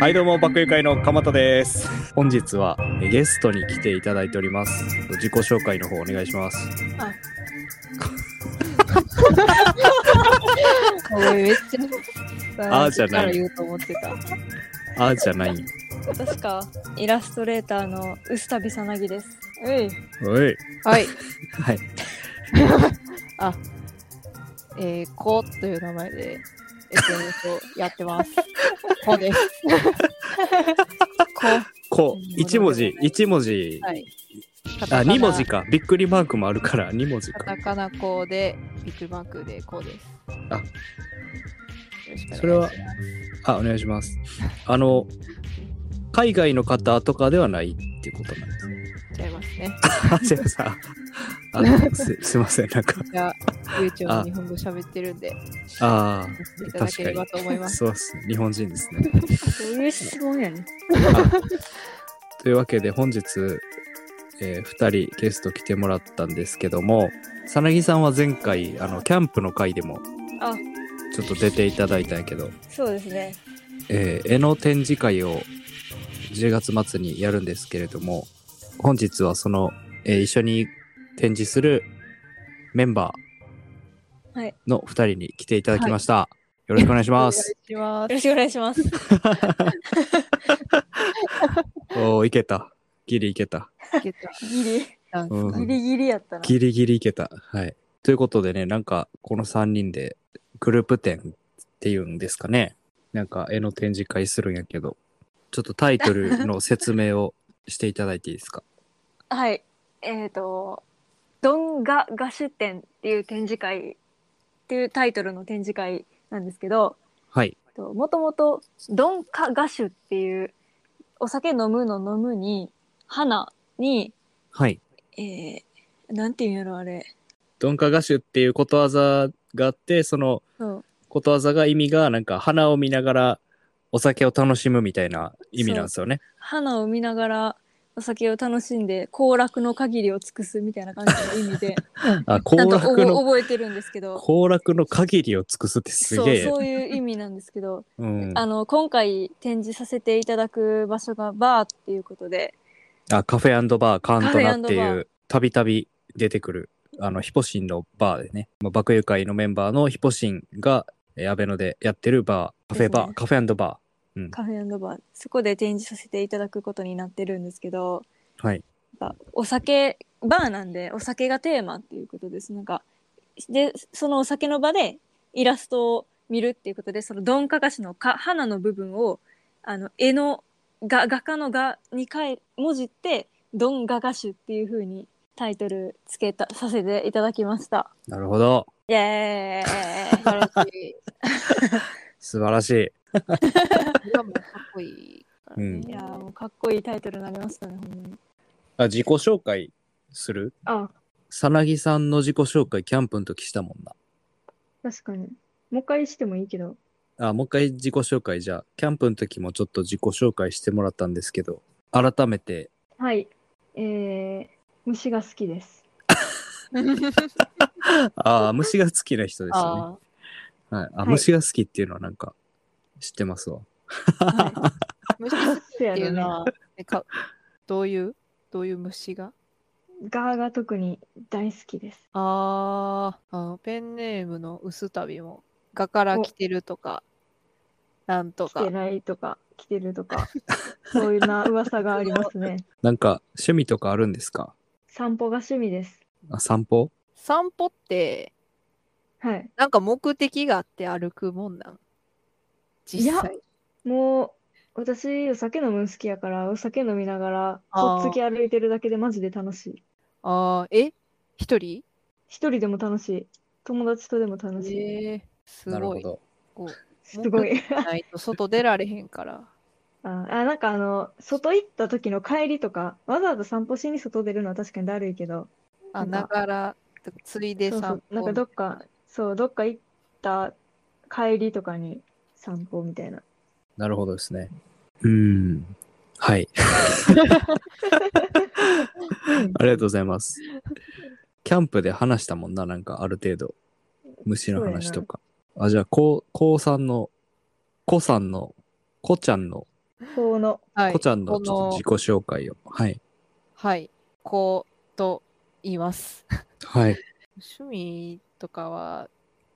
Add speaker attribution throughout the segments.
Speaker 1: はい、どうも、爆友会の鎌田です。
Speaker 2: 本日はえゲストに来ていただいております。自己紹介の方お願いします。
Speaker 3: おいめっちゃ。
Speaker 2: あーじゃない
Speaker 3: さっきから言うと思ってた。
Speaker 2: あーじゃない。
Speaker 4: 確かイラストレーターの臼田美さなぎです。
Speaker 3: えい。
Speaker 2: おい。
Speaker 3: はい。
Speaker 2: はい。
Speaker 3: あ。えー、こうという名前で。SNS をやって ます。こうです。こう。
Speaker 2: こう、1文字、1文字。
Speaker 3: はい。カタ
Speaker 2: あ、
Speaker 3: カナ
Speaker 2: 2文字。か。びっくりマークもあるから、2文字
Speaker 3: カ
Speaker 2: か
Speaker 3: タ。カナこうで、ビッグマークでこうです。
Speaker 2: あ
Speaker 3: よろしくお願いします。
Speaker 2: それはあ、お願いします。あの、海外の方とかではないってことなん ですね。
Speaker 3: ちゃいますね。
Speaker 2: あ、すいません。あ、すすいません。なんか、
Speaker 3: じゃあ、ゆうちょ
Speaker 2: あ
Speaker 3: も日本語喋ってるんで、
Speaker 2: あ
Speaker 3: やっていただければと思い
Speaker 2: あ、
Speaker 3: ます。
Speaker 2: そうっす。日本人ですね。
Speaker 4: どういう質問やねん。
Speaker 2: というわけで本日、え2人ゲスト来てもらったんですけどもさなぎさんは前回あのキャンプの回でも
Speaker 4: あ
Speaker 2: ちょっと出ていただいたんやけど、
Speaker 4: そうですね。
Speaker 2: えー絵の展示会を10月末にやるんですけれども本日はその、えー一緒に展示するメンバ
Speaker 4: は
Speaker 2: ー
Speaker 4: い
Speaker 2: の2人に来ていただきました、よろしくお願いしま
Speaker 3: お願い
Speaker 2: す。
Speaker 3: し
Speaker 4: よ
Speaker 3: ます。
Speaker 4: ろしくお願いします。
Speaker 2: おーいけた。ギリいけた。
Speaker 3: ゲット
Speaker 4: ギリ
Speaker 3: ダンス
Speaker 2: うん
Speaker 3: か
Speaker 4: ギリギリやったな。
Speaker 2: ギリギリいけた。はい。ということでね、なんか、この3人でグループ展っていうんですかね。なんか、絵の展示会するんやけど、ちょっとタイトルの説明をしていただいていいですか。
Speaker 4: はい。えっ、と、ドンガガシュ展っていう展示会っていうタイトルの展示会なんですけど、
Speaker 2: はい。
Speaker 4: ともともとドンカガシュっていうお酒飲むの飲むに花に、
Speaker 2: はい。
Speaker 4: えー、なんていうんやろあれ。
Speaker 2: 鈍化歌手っていうことわざがあって、その
Speaker 4: そう
Speaker 2: ことわざが意味が、なんか、花を見ながらお酒を楽しむみたいな意味なんですよね。
Speaker 4: 花を見ながらお酒を楽しんで行楽の限りを尽くすみたいな感じの意味 でちゃ
Speaker 2: あ、行
Speaker 4: んと覚
Speaker 2: 楽
Speaker 4: え
Speaker 2: の、
Speaker 4: 覚えてるんですけど
Speaker 2: 行楽の限りを尽くすってす
Speaker 4: そう
Speaker 2: げえ。
Speaker 4: そういう意味なんですけど、
Speaker 2: うん。
Speaker 4: あの今回展示させていただく場所がバーっていうことで
Speaker 2: あ、カフェバーカントナって
Speaker 4: カフェバ
Speaker 2: いう、たびたび出てくる、あの、ヒポシンのバーでね、まあ、爆友会のメンバーのヒポシンが、えーアベノでやってるバー、カフェバー、
Speaker 4: ですね
Speaker 2: カフェバ
Speaker 4: カフェバーそこで展示させていただくことになってるんですけど
Speaker 2: ー。はい。
Speaker 4: やっぱお酒バーなんでお酒がテーマっていうことですなんかでそのお酒の場でイラストを見るっていうことでそのドンカガシのか花の部分をあの絵のが画家の画に変え文字ってドンガガシュっていう風にタイトルつけたさせていただきました
Speaker 2: なるほど。
Speaker 4: イエー
Speaker 3: 素晴らしい。
Speaker 2: 素晴らしい。
Speaker 3: 今もかっこいいからね。
Speaker 2: う
Speaker 4: イ
Speaker 2: ん
Speaker 4: いやーもうかっこいいタイトルになりましたねほんまに
Speaker 2: あ、自己紹介する
Speaker 5: あ、
Speaker 2: さなぎさんの自己紹介、キャンプの時したもん
Speaker 5: 確かに。もう一回してもいいけど。
Speaker 2: な。あ、もう一回自己紹介じゃあ、キャンプの時もちょっと自己紹介してもらったんですけど、改めて、
Speaker 5: はい。えー、虫が好 きです。
Speaker 2: あー、虫が好きな人ですよね。
Speaker 3: あ
Speaker 2: はい、あ、
Speaker 5: はい
Speaker 2: 虫が好きっていうのはなんか知ってますわ。
Speaker 3: あ、虫好きっ
Speaker 5: せや
Speaker 3: ていう
Speaker 5: ろね
Speaker 3: の。は、ね、かどういうどういう虫が
Speaker 5: ガーが特に大好きです。
Speaker 3: あーあの、ペンネームの薄旅も、画から来てるとか、なんと
Speaker 5: 来て
Speaker 3: か。
Speaker 5: ないとか、来てるとか、そういうな噂がありま すね。
Speaker 2: なんか趣味とかあるんですか
Speaker 5: 散歩が趣味です。
Speaker 2: あ散歩
Speaker 3: 散歩って、
Speaker 5: はい。
Speaker 3: なんか目的があって歩くもんなん
Speaker 5: い
Speaker 3: 実
Speaker 5: や
Speaker 3: 際。、
Speaker 5: もう、私、お酒飲むの好きやから、お酒飲みながら、
Speaker 3: あー
Speaker 5: とっつき歩いてるだけでマジで楽しい。
Speaker 3: ああ、え一人
Speaker 5: 一人でも楽しい。友達とでも楽しい。
Speaker 3: えー、す
Speaker 2: なる
Speaker 3: ご
Speaker 2: ほ
Speaker 3: い。
Speaker 2: ど。
Speaker 3: こ
Speaker 5: すごい。
Speaker 3: うないと外出られへんから。
Speaker 5: ああ、なんかあの、外行った時の帰りとか、わざわざ散歩しに外出るのは確かにだるいけど、
Speaker 3: あ、
Speaker 5: な
Speaker 3: なんがら、ついで
Speaker 5: そうそ
Speaker 3: 散
Speaker 5: う、なん
Speaker 3: 歩
Speaker 5: かどっか、そう、どっか行った帰りとかに散歩みたいな。
Speaker 2: なるほどですね。うーん。 はい。ありがとうございます。キャンプで話したもんな、なんかある程度。虫の話とか。あ、じゃあ、こう、こうさんのコさんの、コちゃんの、
Speaker 5: この、
Speaker 3: は
Speaker 2: コちゃんの
Speaker 3: こ
Speaker 2: ちょっと自己紹介を。はい。
Speaker 3: はい、こうと言います。
Speaker 2: はい。
Speaker 3: 趣味とかは、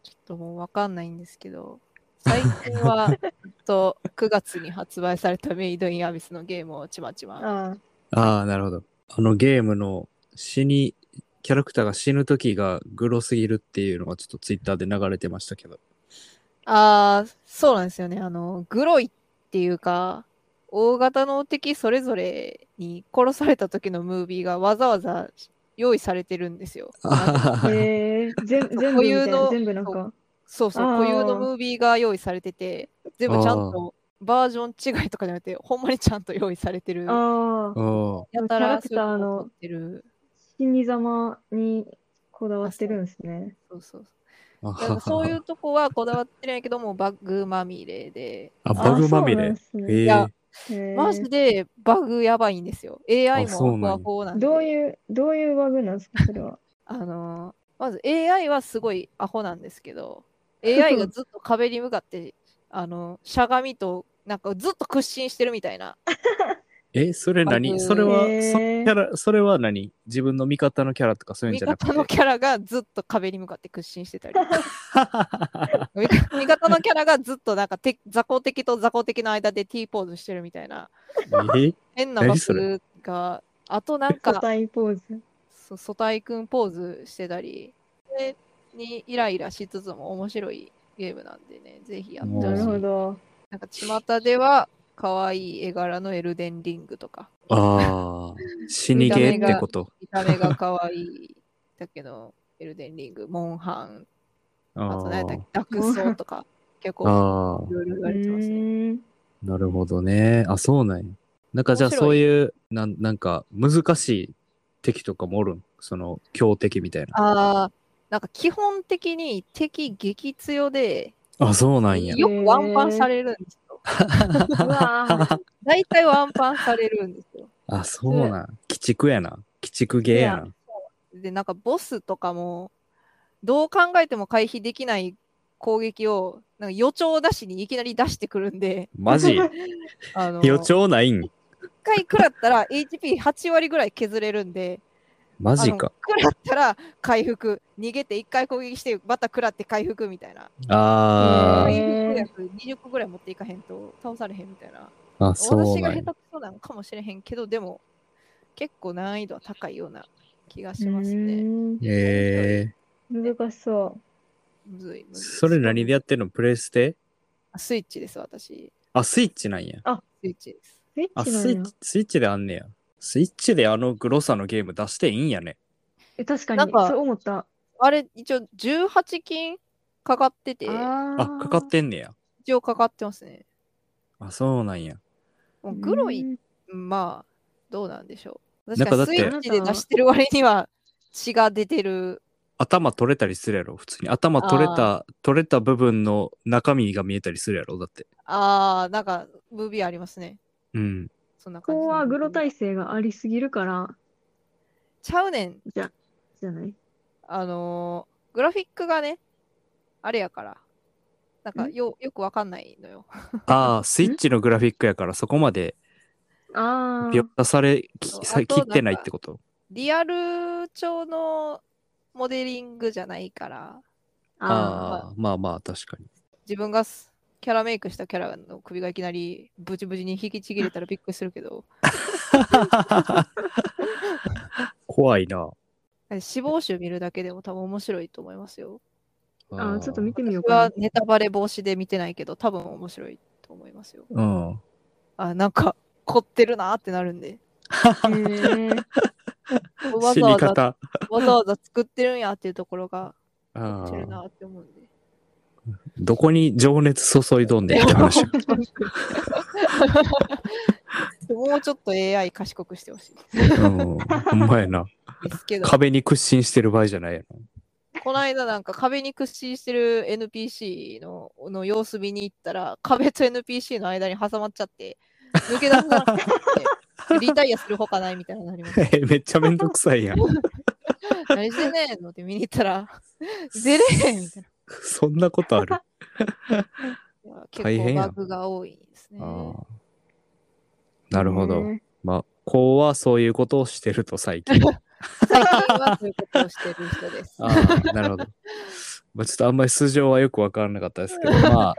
Speaker 3: ちょっともうわかんないんですけど、最近は、えっと9月に発売されたメイドインアビスのゲームをちまちま。
Speaker 5: ああ、
Speaker 2: ああ、なるほど。あのゲームの死に、キャラクターが死ぬ時がグロすぎるっていうのがちょっとツイッターで流れてましたけど。
Speaker 3: あー、そうなんですよね。あの、グロいっていうか、大型の敵それぞれに殺された時のムービーがわざわざ用意されてるんですよ。
Speaker 2: あー
Speaker 5: え ー、全全部みたい
Speaker 3: 固有の
Speaker 5: な、全部なんか、
Speaker 3: そうそう、
Speaker 5: あー
Speaker 3: 固有のムービーが用意されてて、全部ちゃんとバージョン違いとかじゃなくて、ほんまにちゃんと用意されてる。
Speaker 5: ああ、
Speaker 2: おー
Speaker 3: やたら
Speaker 5: キャラクター
Speaker 3: そう
Speaker 5: の
Speaker 3: いうのを撮ってる。
Speaker 5: 死にざまにこだわってるんですね。
Speaker 3: そうそうそ
Speaker 2: あ
Speaker 3: う。だからそういうとこはこだわってないけども、バグまみれで。
Speaker 2: あ、
Speaker 5: あ
Speaker 2: バグまみ
Speaker 5: そうなん
Speaker 2: れ
Speaker 5: で。すね
Speaker 2: ええ
Speaker 3: いや
Speaker 5: へー
Speaker 3: マジでバグやばいんですよ。AI
Speaker 2: あそうな
Speaker 3: も
Speaker 2: んや
Speaker 3: アホアホなんで。
Speaker 5: どういう、どういうバグなんですか、それは。
Speaker 3: あのーまず AI はすごいアホなんですけど、AI がずっと壁に向かって、 あの、しゃがみと、なんかずっと屈伸してるみたいな。
Speaker 2: え、それ
Speaker 3: バ
Speaker 2: 何
Speaker 3: グ
Speaker 2: それは、
Speaker 5: へー
Speaker 2: そのキャラ、それは何自分の味方のキャラとかそういうん
Speaker 3: 味
Speaker 2: じゃなく
Speaker 3: 方
Speaker 2: て
Speaker 3: の。キャラがずっと壁に向かって屈伸してたり。味方 味方のキャラがずっとなんかて雑魚敵と雑魚敵の間で T ポーズしてるみたいな。
Speaker 2: え
Speaker 3: 変なバ
Speaker 2: 何それ
Speaker 3: スが、あとなん
Speaker 5: 個
Speaker 3: か、
Speaker 5: 体ポーズ。
Speaker 3: そう、ソタイくんポーズしてたり、それにイライラしつつも面白いゲームなんでね、ぜひやってほしい
Speaker 5: なるほど。
Speaker 3: なんか巷では、可愛い絵柄のエルデンリングとか、
Speaker 2: ああ、死にゲーってこと。
Speaker 3: 見た目が可愛いだけど、エルデンリング、モンハン、 あ
Speaker 2: あ
Speaker 3: と何やったっ
Speaker 2: ー
Speaker 3: け、ダクソーとか、結構
Speaker 2: あ
Speaker 3: いろいろ言
Speaker 5: う
Speaker 3: われてますね。
Speaker 5: ーん。
Speaker 2: ー、なるほどね。あ、そうなんや。なんかじゃあ
Speaker 3: 面白い
Speaker 2: そういう、なんなんか難しい敵とかもおるんその強敵みたいな。
Speaker 3: あーなんか基本的に敵激強で、
Speaker 2: あ、そうなんや。
Speaker 3: よくワンパンされるんですよ。
Speaker 5: うわー
Speaker 3: 大体ワンパンされるんですよ。
Speaker 2: あ、そうなん。鬼畜やな。鬼畜ゲーやな。
Speaker 3: で、なんかボスとかも、どう考えても回避できない攻撃を、なんか予兆出しにいきなり出してくるんで、
Speaker 2: マジ
Speaker 3: あの、
Speaker 2: 予兆ないん
Speaker 3: 一回食らったら HP8 割ぐらい削れるんで、
Speaker 2: マ
Speaker 3: あ
Speaker 2: ジ
Speaker 3: の
Speaker 2: か。
Speaker 3: 食らったら回復、逃げて一回攻撃して、また食らって回復みたいな。
Speaker 2: あ
Speaker 3: 回
Speaker 2: ー
Speaker 5: へ
Speaker 3: 復薬20個ぐらい持っていかへんと倒されへんみたいな。
Speaker 2: あ、そう
Speaker 3: 私
Speaker 2: な
Speaker 3: が
Speaker 2: ん
Speaker 3: 下
Speaker 2: や
Speaker 3: 手。くそなのかもしれへんけど、でも、結構難易度は高いような気がします
Speaker 5: う
Speaker 3: ね。
Speaker 5: ーん
Speaker 2: えー。
Speaker 5: 難しそう。
Speaker 3: むずい、むずい
Speaker 2: それ何でやってんのプレイステ
Speaker 3: スイッチです、私。
Speaker 2: あ、スイッチなんや。
Speaker 3: スイッチです。
Speaker 5: スイッ
Speaker 2: あ、
Speaker 5: チ
Speaker 2: ス
Speaker 5: な
Speaker 2: イッ
Speaker 5: んや
Speaker 2: チ、スイッチであんねや。スイッチであのグロさのゲーム出していいんやね。
Speaker 5: え確か
Speaker 3: な
Speaker 5: に
Speaker 3: ん、か
Speaker 5: そう思った。
Speaker 3: あれ、一応18金かかってて、
Speaker 2: あ、
Speaker 5: あ
Speaker 2: かかってんねや。
Speaker 3: 一応かかってますね。
Speaker 2: あ、そうなんや。
Speaker 3: もうグロい、まあ、どうなんでしょう。
Speaker 2: なんか
Speaker 3: 確
Speaker 2: だ
Speaker 3: か
Speaker 2: って
Speaker 3: にスイッチで出してる割には血が出てる。
Speaker 2: 頭取れたりするやろ、普通に。頭取れた、取れた部分の中身が見えたりするやろ、だって。
Speaker 3: あー、なんか、ムービーありますね。
Speaker 2: うん。
Speaker 3: そんな
Speaker 5: こ
Speaker 3: 感じ。
Speaker 5: こはグロ
Speaker 3: イ
Speaker 5: 体制がありすぎるから、
Speaker 3: ちゃうねん。
Speaker 5: じゃ、じゃない
Speaker 3: あのーグラフィックがね、あれやから。なんか
Speaker 5: ん
Speaker 3: よ、よくわかんないのよ。
Speaker 2: ああ、スイッチのグラフィックやから、そこまで
Speaker 5: あ
Speaker 2: 描写され、き
Speaker 3: そう
Speaker 2: さ
Speaker 3: あと
Speaker 2: 切ってない
Speaker 3: なんか
Speaker 2: ってこと。
Speaker 3: リアル調のモデリングじゃないから。
Speaker 5: あ、あ
Speaker 2: ああ、まあまあ、確か に。
Speaker 3: 自分がすキャラメイクしたキャラの首がいきなりブチブチに引きちぎれたらびっくりするけど
Speaker 2: 怖いな。
Speaker 3: あれ死亡集見るだけでも多分面白いと思いますよ。
Speaker 5: あー、ちょっと見てみよう
Speaker 3: 私
Speaker 5: か
Speaker 3: は
Speaker 5: な。
Speaker 3: ネタバレ防止で見てないけど多分面白いと思いますよ。
Speaker 2: うん。
Speaker 3: あなんか凝ってるなーってなるんで。
Speaker 5: へー
Speaker 3: わ
Speaker 2: 死
Speaker 3: ざ
Speaker 2: に
Speaker 3: わざ
Speaker 2: 方。
Speaker 3: わざわざ作ってるんやっていうところが凝
Speaker 2: あ
Speaker 3: ってる
Speaker 2: ー
Speaker 3: なーって思うんで。
Speaker 2: どこに情熱注いどんでんって話。
Speaker 3: もうちょっと AI 賢くしてほしい
Speaker 2: うん。ほんまや な。
Speaker 3: ですけど。
Speaker 2: 壁に屈伸してる場合じゃないやろ。
Speaker 3: この間なんか壁に屈伸してる NPC のの様子見に行ったら壁と NPC の間に挟まっちゃって抜け出さなく なってリタイアするほかないみたいになりまし
Speaker 2: えめっちゃめんどくさいやん。
Speaker 3: た。何してんねんのって見に行ったら出れへんみたい
Speaker 2: そんなことある。
Speaker 3: な。結
Speaker 2: 大
Speaker 3: 構
Speaker 2: 変や
Speaker 3: バ
Speaker 2: ん
Speaker 3: グが多いですね。
Speaker 2: ああなるほど。
Speaker 5: ね
Speaker 2: まあ、こうはそういうことをしてると最 近。
Speaker 3: 最近はそういうことをしてる人です。
Speaker 2: ああ、なるほど。まあ、ちょっとあんまり素性はよくわからなかったですけど、ま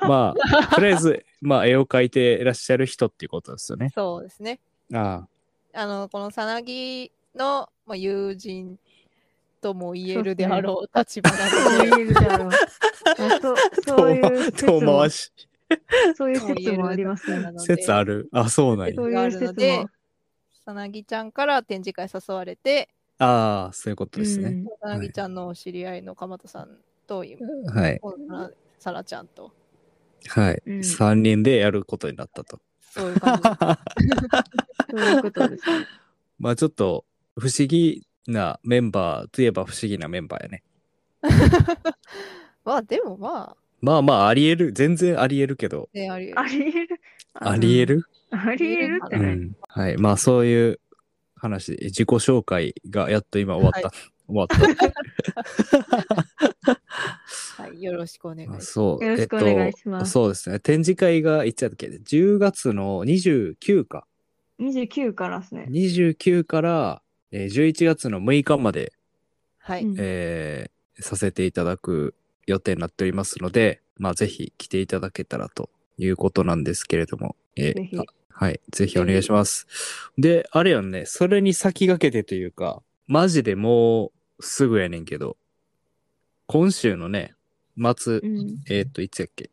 Speaker 2: あ、まあ、とりあえず、まあ、絵を描いていらっしゃる人っていうことですよね。
Speaker 3: そうですね。
Speaker 2: あ
Speaker 3: あの、このさなぎの、まあ、友人とも言えるであろう立場な
Speaker 5: そう
Speaker 3: ので、
Speaker 5: 言えるだろう。そう
Speaker 2: あ、
Speaker 5: そういう 説
Speaker 2: 遠
Speaker 5: も
Speaker 2: 回、し、
Speaker 5: そういう
Speaker 3: とも
Speaker 5: 説
Speaker 3: 言える
Speaker 5: もありますね。
Speaker 2: 説ある。あ、そうなんや
Speaker 3: 説。
Speaker 5: そう
Speaker 3: があ
Speaker 5: いう
Speaker 3: る
Speaker 5: 説
Speaker 3: ので
Speaker 5: も。
Speaker 3: さなぎちゃんから展示会誘われて、
Speaker 2: ああ、そういうことですね。
Speaker 3: さなぎちゃんのお知り合いの鎌田さんと、今
Speaker 2: はい。
Speaker 3: さらちゃんと、
Speaker 2: はい。
Speaker 5: うん
Speaker 2: 三人でやることになったと。
Speaker 3: そういう感じで
Speaker 5: うんそういうことですね。
Speaker 2: まあ、ちょっと、不思議なメンバーといえば不思議なメンバーやね。
Speaker 3: まあ、でもまあ、
Speaker 2: まあまあ、ありえる。全然ありえるけど、
Speaker 3: ね、あり
Speaker 5: あり得る。
Speaker 2: ありえる
Speaker 5: あり得るって
Speaker 2: う
Speaker 5: ね。
Speaker 2: ん、はい。まあ、そういう話、自己紹介がやっと今終わった。終わっ。
Speaker 3: はい、よろしくお願いした ます。
Speaker 2: そう。
Speaker 5: よろしくお願いし
Speaker 2: えっ
Speaker 5: ます
Speaker 2: と、そうですね。展示会がいつやったっけ ?10 月の29か。
Speaker 5: 29からですね。
Speaker 2: 29から、えー11月の6日まで、
Speaker 3: はい、
Speaker 5: うん
Speaker 2: えーさせていただく予定になっておりますので、まあ、ぜひ来ていただけたらということなんですけれども。えー
Speaker 5: ぜひ
Speaker 2: あはい。ぜひお願いします。で、あれよね、それに先駆けてというか、マジでもうすぐやねんけど、今週のね、末
Speaker 5: う、ん。
Speaker 2: えーっと、いつやっけ、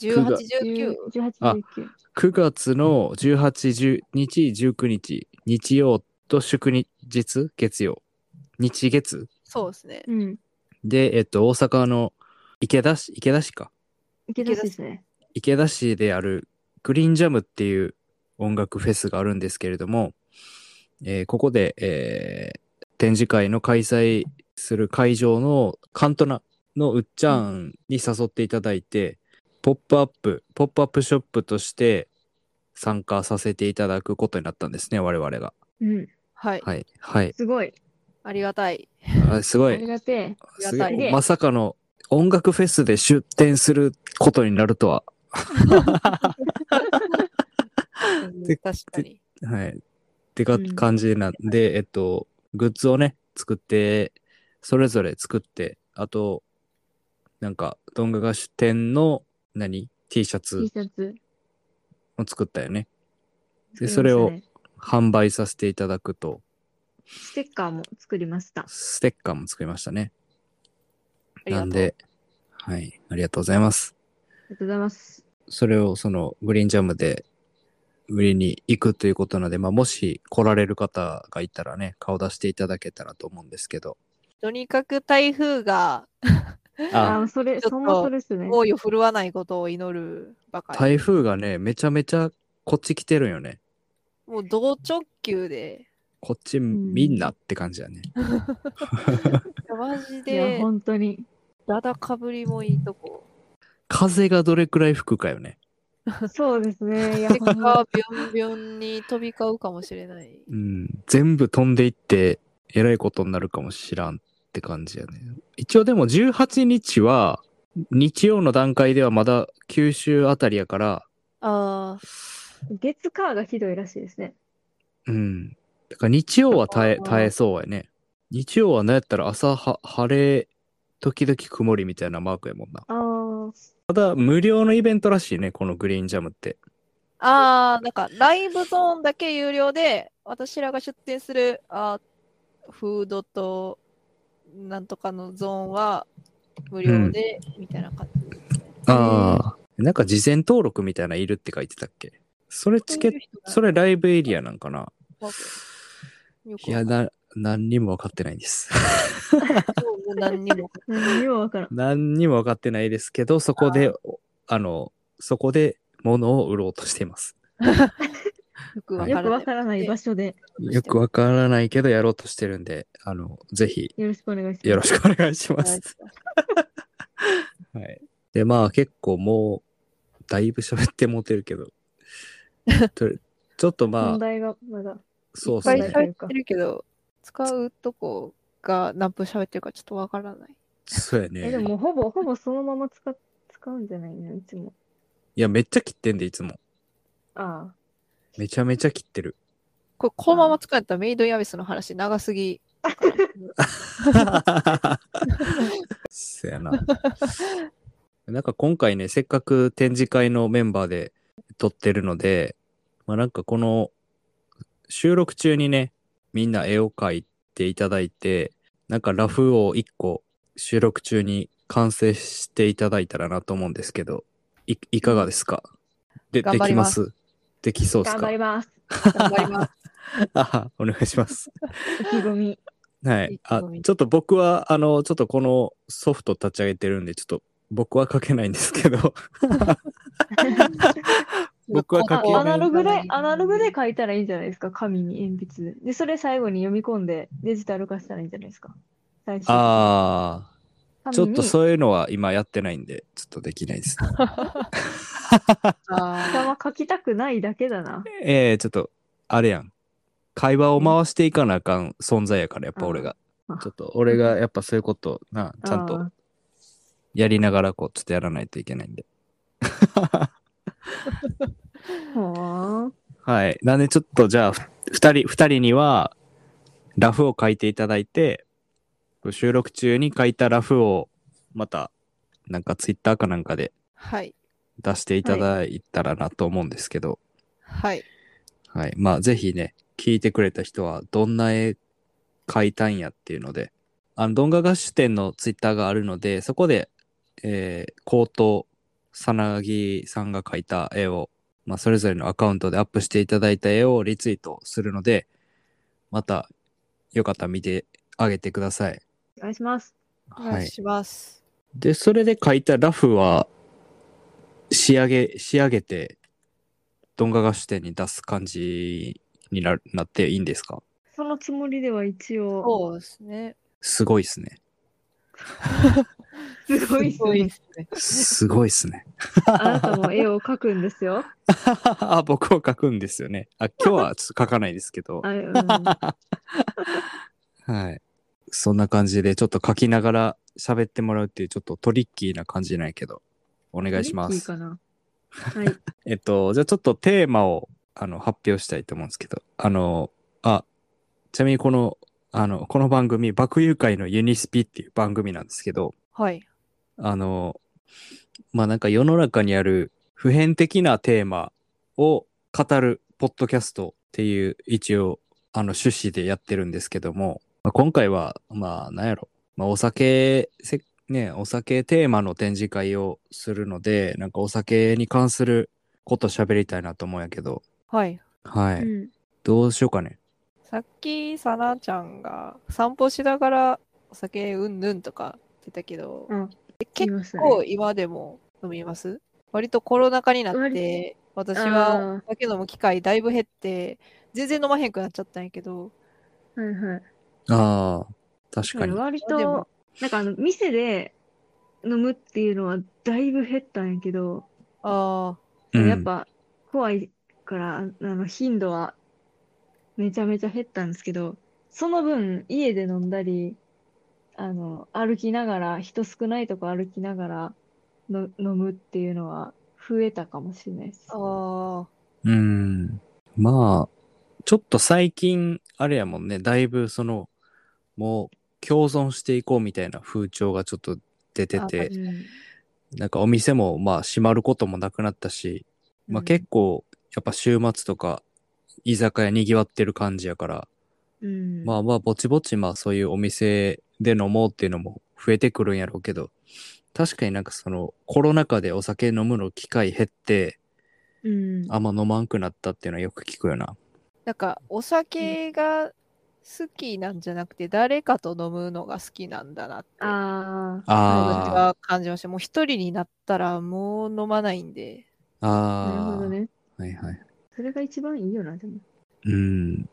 Speaker 3: 18、19
Speaker 5: 18、、
Speaker 2: あ
Speaker 5: 19。
Speaker 2: 9月の18日、19日、日曜と祝日、月曜、日月
Speaker 3: そうですね。
Speaker 5: うん。
Speaker 2: で、えっと、大阪の池田市、池田市か。
Speaker 5: 池田市ですね。
Speaker 2: 池田市であるグリーンジャムっていう音楽フェスがあるんですけれども、えーここで、えー展示会の開催する会場のカントナのうっちゃんに誘っていただいて、ポップアップ、ポップアップショップとして参加させていただくことになったんですね、我々が。
Speaker 5: うん。
Speaker 3: はい、
Speaker 2: はい。はい。
Speaker 5: すごい。
Speaker 3: ありがたい。
Speaker 2: あすご
Speaker 5: あ
Speaker 2: い
Speaker 5: り。がて
Speaker 3: りが
Speaker 2: す
Speaker 3: たい
Speaker 2: ごい
Speaker 5: ね
Speaker 2: まさかの音楽フェスで出展することになるとは。
Speaker 3: うん確かに。
Speaker 2: はい。ってか
Speaker 5: うん
Speaker 2: 感じなんで、えっと、グッズをね、作って、それぞれ作って、あと、なんか、ドンガが主店の、何 ?T シャ
Speaker 5: え。T
Speaker 2: ツ
Speaker 5: シャツ。
Speaker 2: を作ったよね。
Speaker 5: 作りまし
Speaker 2: そ
Speaker 5: たね
Speaker 2: れを販売させていただくと、
Speaker 5: ステッカーも作りました。
Speaker 2: ステッカーも作りましたね。
Speaker 3: ありが
Speaker 2: な
Speaker 3: とうん
Speaker 2: で、はい。ありがとうございます。
Speaker 5: ありがとうございます。
Speaker 2: それをそのグリーンジャムで売りに行くということなので、まあ、もし来られる方がいたらね、顔出していただけたらと思うんですけど。
Speaker 3: とにかく台風が
Speaker 5: あ
Speaker 2: あ、
Speaker 5: あ、それ、
Speaker 3: ちょっと
Speaker 5: そんなそれですね。
Speaker 3: 猛威を振るわないことを祈るばかり。
Speaker 2: 台風がね、めちゃめちゃこっち来てるんよね。
Speaker 3: もう同直球で、
Speaker 2: こっちみんなって感じだね。
Speaker 3: マジ
Speaker 5: いや、
Speaker 3: で、
Speaker 5: 本当に。
Speaker 3: だだかぶりもいいとこ。
Speaker 2: 風がどれくらい吹くかよね。
Speaker 5: そうで すね。いや、
Speaker 3: 結
Speaker 5: ほんま
Speaker 3: 果、ビョンビョンに飛び交うかもしれない。
Speaker 2: うん。全部飛んでいって、えらいことになるかもしらんって感じやね。一応でも18日は、日曜の段階ではまだ九州あたりやから、
Speaker 3: ああ、
Speaker 5: 月火がひどいらしいですね。
Speaker 2: うん。だから日曜は耐え、
Speaker 3: あー
Speaker 2: 耐えそうやね。日曜はなんやったら朝は晴れ、時々曇りみたいなマークやもんな。
Speaker 5: ああ、
Speaker 2: ただ、無料のイベントらしいね、このグリーンジャムって。
Speaker 3: ああ、なんかライブゾーンだけ有料で、私らが出店するあーフードとなんとかのゾーンは無料で、みたいな感じですね。
Speaker 2: ああ。なんか事前登録みたいないるって書いてたっけそれチケット、それライブエリアなんかないや、
Speaker 3: よくわかんない
Speaker 2: な、何にも分かってないんです。
Speaker 3: もう何にも。
Speaker 5: 何にもわからん。
Speaker 2: 何にも分かってないですけど、そこで、あの、そこで物を売ろうとしています。
Speaker 3: よく
Speaker 2: ん
Speaker 3: わか
Speaker 5: よ
Speaker 3: ら
Speaker 5: く
Speaker 3: な
Speaker 5: わ
Speaker 3: い。
Speaker 5: からない場所で
Speaker 2: よくわからないけど、やろうとしてるんで、あの、ぜひ、
Speaker 5: よろしくお願いします。
Speaker 2: よろしくお願いしま
Speaker 3: お願
Speaker 2: す
Speaker 3: い。します
Speaker 2: はい。で、まあ結構もう、だいぶ喋ってもうてるけど、とちょっとま
Speaker 5: 問
Speaker 2: あ、
Speaker 5: 題がまだ。
Speaker 2: そう
Speaker 3: いっ
Speaker 2: です
Speaker 3: ぱい
Speaker 2: ね。
Speaker 3: 喋ってるけど、使うとこが何分喋ってるかちょっとわからない。
Speaker 2: そうや
Speaker 5: え、
Speaker 2: ね。
Speaker 5: でもほぼ、ほぼそのまま使っ使うんじゃないのいつも。
Speaker 2: いや、めっちゃ切ってんで、いつも。
Speaker 5: ああ。
Speaker 2: めちゃめちゃ切ってる。
Speaker 3: これ、このまま使ったらメイドインアビスの話長す ぎ。
Speaker 2: そやな。なんか今回ね、せっかく展示会のメンバーで撮ってるので、まあなんかこの収録中にね、みんな絵を描いていただいて、なんかラフを1個収録中に完成していただいたらなと思うんですけど、いいかがですかで、
Speaker 3: 頑
Speaker 2: で
Speaker 3: 張
Speaker 2: き
Speaker 3: り
Speaker 2: ま
Speaker 3: ます
Speaker 2: すできそうです
Speaker 5: 頑張
Speaker 2: か
Speaker 5: ります。
Speaker 3: 頑張ります。
Speaker 2: あ お願いします。
Speaker 5: 意気込み。
Speaker 2: はい。あ
Speaker 3: 意気込、み
Speaker 2: ちょっと僕は、あの、ちょっとこのソフト立ち上げてるんで、ちょっと僕は書けないんですけ ど、僕は書け
Speaker 5: あ
Speaker 2: な
Speaker 5: アナ
Speaker 2: い
Speaker 5: ログで、アナログで書いたらいいんじゃないですか。紙に鉛筆で。で、それ最後に読み込んでデジタル化したらいいんじゃないですか。最初
Speaker 2: ああ、ちょっと
Speaker 5: う。
Speaker 2: そういうのは今やってないんで、ちょっとできないです ね。
Speaker 5: 人
Speaker 3: あ
Speaker 5: は書きたくないだけだな。
Speaker 2: ええちょっと、あれやん。会話を回していかなあかん存在やから、やっぱ俺が
Speaker 5: あー。
Speaker 2: ちょっと俺がやっぱそういうことな、ちゃんと
Speaker 5: あ
Speaker 2: やりながらこう、ちょっとやらないといけないんで。
Speaker 5: あ。ほう
Speaker 2: はい。なんでちょっとじゃあ、ふ二人、二人には、ラフを書いていただいて、収録中に書いたラフを、また、なんかツイッターかなんかで
Speaker 3: はい。
Speaker 2: 出していただいたらなと思うんですけど、
Speaker 3: はい。
Speaker 2: はい。まあ、ぜひね、聞いてくれた人は、どんな絵描いたんやっていうので、あの、動画合手店のツイッターがあるので、そこで、えー、高等、さなぎさんが描いた絵を、まあ、それぞれのアカウントでアップしていただいた絵をリツイートするので、また、よかったら見てあげてください。
Speaker 5: お願いします。
Speaker 3: お願いします。
Speaker 2: で、それで描いたラフは、仕上げ、仕上げて、動画合手店に出す感じにななっていいんですか
Speaker 5: そのつもりでは一応。
Speaker 3: そうですね。
Speaker 2: すごいっすね。
Speaker 5: すごいっす
Speaker 3: ごい
Speaker 5: ね
Speaker 3: っ。すね。
Speaker 2: すごいっすね。
Speaker 5: あなたも絵を描くんですよ。
Speaker 2: あ、 僕を書くんですよね。あ、今日はちょっと書かないですけ ど
Speaker 5: あ。 うん、
Speaker 2: はい。そんな感じで、ちょっと書きながら喋ってもらうっていう、ちょっとトリッキーな感じないけど、お願いしま
Speaker 5: いい
Speaker 2: す
Speaker 5: か。な。はい。
Speaker 2: えっと、じゃあちょっとテーマを、あの、発表したいと思うんですけど、あの、あ、ちなみにこの、あの、この番組、爆誘会のユニスピっていう番組なんですけど、
Speaker 3: はい。
Speaker 2: あの、まあなんか世の中にある普遍的なテーマを語るポッドキャストっていう一応あの趣旨でやってるんですけども、まあ、今回はまあなんやろ、まあ、お酒せ、ね、お酒テーマの展示会をするので、なんかお酒に関すること喋りたいなと思うんやけど、
Speaker 3: はい。
Speaker 2: はい。
Speaker 5: うん
Speaker 2: どうしようかね。
Speaker 3: さっき、さなちゃんが散歩しながらお酒うんぬんとか言ってたけど、
Speaker 5: うん
Speaker 3: え
Speaker 5: 言い
Speaker 3: 結
Speaker 5: ましたね
Speaker 3: 構今でも飲みます割とコロナ禍になっ
Speaker 5: 割
Speaker 3: て、私
Speaker 5: あー
Speaker 3: はお酒飲む機会だいぶ減って、全然飲まへんくなっちゃったんやけど、
Speaker 5: はいはい。
Speaker 2: ああ、確かに。
Speaker 5: 割
Speaker 3: でも
Speaker 5: と、なんかあの、店で飲むっていうのはだいぶ減ったんやけど、
Speaker 3: あ
Speaker 2: うん
Speaker 5: やっぱ怖いから、あの、頻度はめちゃめちゃ減ったんですけど、その分、家で飲んだり、あの、歩きながら、人少ないとこ歩きながらの飲むっていうのは増えたかもしれないです
Speaker 3: あ、。ああ、
Speaker 2: うん。まあ、ちょっと最近、あれやもんね、だいぶその、もう共存していこうみたいな風潮がちょっと出てて
Speaker 3: あ、
Speaker 5: うん
Speaker 2: なんかお店もまあ閉まることもなくなったし、まあ結構、やっぱ週末とか、居酒屋賑わってる感じやから、
Speaker 5: うん
Speaker 2: まあまあ、ぼちぼち、まあそういうお店で飲もうっていうのも増えてくるんやろうけど、確かになんかその、コロナ禍でお酒飲むの機会減って、
Speaker 5: うん
Speaker 2: あんま飲まんくなったっていうのはよく聞くよな。
Speaker 3: なんかお酒が好きなんじゃなくて、誰かと飲むのが好きなんだなって、
Speaker 5: あー
Speaker 2: あ
Speaker 3: 私
Speaker 2: ー
Speaker 3: は感じました。もう一人になったらもう飲まないんで、
Speaker 2: あ
Speaker 5: なる
Speaker 2: あ。
Speaker 5: ほどね。
Speaker 2: はいはい。
Speaker 5: それが一番いいよな、でも。
Speaker 2: うん。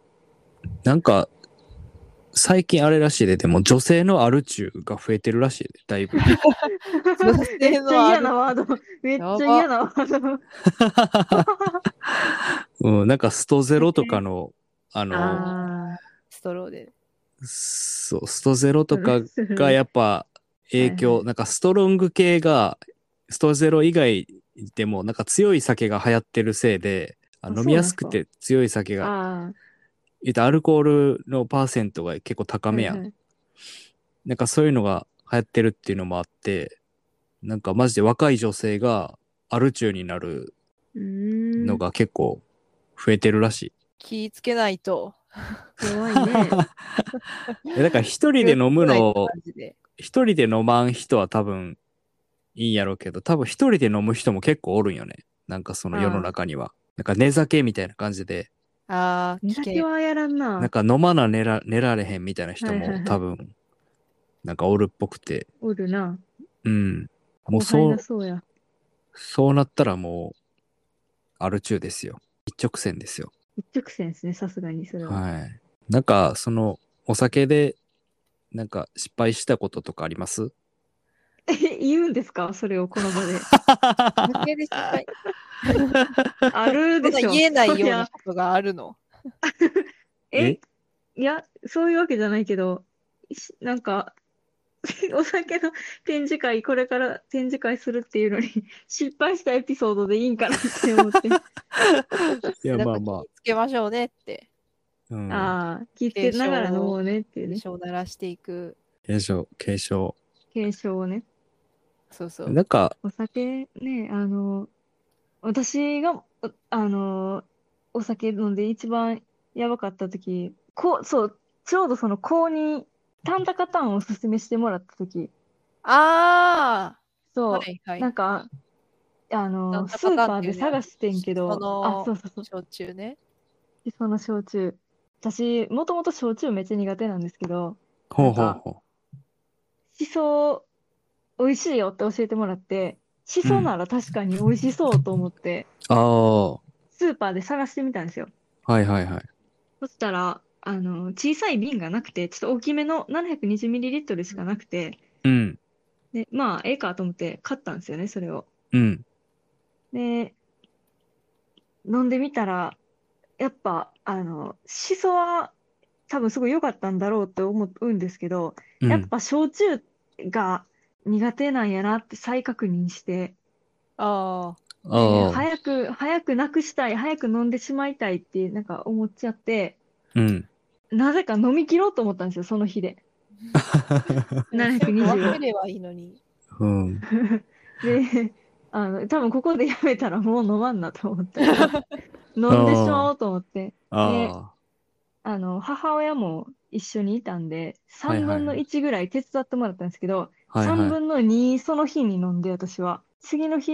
Speaker 2: なんか、最近あれらしいで、でも女性のアル中が増えてるらしいで、だ いぶ。
Speaker 3: 女性
Speaker 5: めっち
Speaker 3: の
Speaker 5: ゃ
Speaker 3: あ
Speaker 5: 嫌
Speaker 3: る
Speaker 5: なワード。めっちゃ嫌なワード。
Speaker 2: うん、なんかストゼロとか の、あの、
Speaker 5: あ
Speaker 3: ストローで。
Speaker 2: そう、ストゼロ
Speaker 5: ー
Speaker 2: とかがやっぱ影響、
Speaker 5: はいは
Speaker 2: なんかストロング系がストゼロ以外でも、なんか強い酒が流行ってるせいで、あ
Speaker 5: あそうなんです
Speaker 2: 飲
Speaker 5: か
Speaker 2: みやすくて強い酒が、
Speaker 5: ああ、
Speaker 2: 言うとアルコールのパーセントが結構高めやん。
Speaker 5: はいはい
Speaker 2: なんかそういうのが流行ってるっていうのもあって、なんかマジで若い女性がアル中になる
Speaker 5: うーん
Speaker 2: のが結構増えてるらしい。
Speaker 3: 気ぃつけないと。
Speaker 5: 怖いね。
Speaker 2: えだから一人で飲むのを
Speaker 3: マジで
Speaker 2: 一人で飲まん人は多分いいんやろうけど、多分一人で飲む人も結構おるんよね。なんかその世の中には。なんか寝酒みたいな感じで、
Speaker 3: ああ、
Speaker 5: 寝
Speaker 3: 危
Speaker 5: 酒
Speaker 3: 険。
Speaker 5: はやらんな。
Speaker 2: なんか飲まな寝ら寝られへんみたいな人
Speaker 5: はいはいは
Speaker 2: も
Speaker 5: い
Speaker 2: 多分、なんかおるっぽくて。
Speaker 5: おるな。
Speaker 2: うん。も
Speaker 5: 後
Speaker 2: うそ
Speaker 5: 輩
Speaker 2: う
Speaker 5: が、そうや。
Speaker 2: そうなったらもう、アル中ですよ。一直線ですよ。
Speaker 5: 一直線ですね、さすがにそれは。
Speaker 2: はい。なんか、その、お酒で、なんか失敗したこととかあります
Speaker 5: え 言うんですかそれをこの場で。
Speaker 3: 酒で失 敗
Speaker 5: あ
Speaker 3: そ
Speaker 5: るで
Speaker 3: んな
Speaker 5: しょ。
Speaker 3: 言えないよう
Speaker 5: そり
Speaker 3: な
Speaker 5: ゃ
Speaker 3: ことがあるの。
Speaker 5: えいや、そういうわけじゃないけど、しなんか、 お酒の展示会、これから展示会するっていうのに、 失敗したエピソードでいいんかなって思って。
Speaker 2: いや、
Speaker 3: なん
Speaker 2: まあ
Speaker 3: か
Speaker 2: ま
Speaker 3: 気ぃつけましょうねって。
Speaker 2: あ。うん。
Speaker 5: ああ、気付けながら飲もうねっていうね
Speaker 3: 印。象を鳴らしていく。
Speaker 2: 軽症、軽症。
Speaker 5: 検証をね。
Speaker 3: そうそう。
Speaker 2: なんか、
Speaker 5: お酒ね、あの、私が、おあの、お酒飲んで一番やばかった時、こう、そう、ちょうどその高に、タンタカタンをおすすめしてもらった時、
Speaker 3: ああ、
Speaker 5: そう
Speaker 3: は、いはい
Speaker 5: なん。か、あ
Speaker 3: タン
Speaker 5: の、
Speaker 3: タ
Speaker 5: ス
Speaker 3: カ
Speaker 5: ー
Speaker 3: タン
Speaker 5: パー
Speaker 3: ってい
Speaker 5: で
Speaker 3: うのは
Speaker 5: 探してんけど、
Speaker 3: その
Speaker 5: あ、そうそうそう、
Speaker 3: 焼酎ね。
Speaker 5: シソの焼酎。私、もともと焼酎めっちゃ苦手なんですけど、
Speaker 2: ほうほうほ
Speaker 5: シソ、美味しいよって教えてもらって、シソなら確かに美味しそうと思って、
Speaker 2: う。あ
Speaker 5: スーパーで探してみたんですよ。
Speaker 2: あ、はいはいはい。
Speaker 5: そしたら、あの、小さい瓶がなくて、ちょっと大きめの 720ml しかなくて、
Speaker 2: うん、
Speaker 5: で、まあ、ええかと思って買ったんですよね、それを。
Speaker 2: うん。
Speaker 5: で、飲んでみたら、やっぱ、あの、シソは多分すごい良かったんだろうって思うんですけど、
Speaker 2: うん、
Speaker 5: やっぱ焼酎が苦手なんやなって再確認して、
Speaker 3: あ
Speaker 5: で
Speaker 2: ああ、
Speaker 5: 早く、早くなくしたい、早く飲んでしまいたいって、なんか思っちゃって、
Speaker 2: うん。
Speaker 5: なぜか飲み切ろうと思ったんですよ、その日 で。
Speaker 3: あ。
Speaker 5: 720
Speaker 3: 分ければいいの に。
Speaker 2: うん、
Speaker 5: で、 あの、多分ここでやめたらもう飲まんなと 思って、飲んでしまおうと思って、
Speaker 2: あ
Speaker 5: あの、母親も一緒にいたんで、
Speaker 2: はいはい
Speaker 5: 3分の1ぐらい手伝ってもらったんですけど、
Speaker 2: あ、はい
Speaker 5: 3
Speaker 2: はい。
Speaker 5: 分の2その日に飲んで、私は。次の日、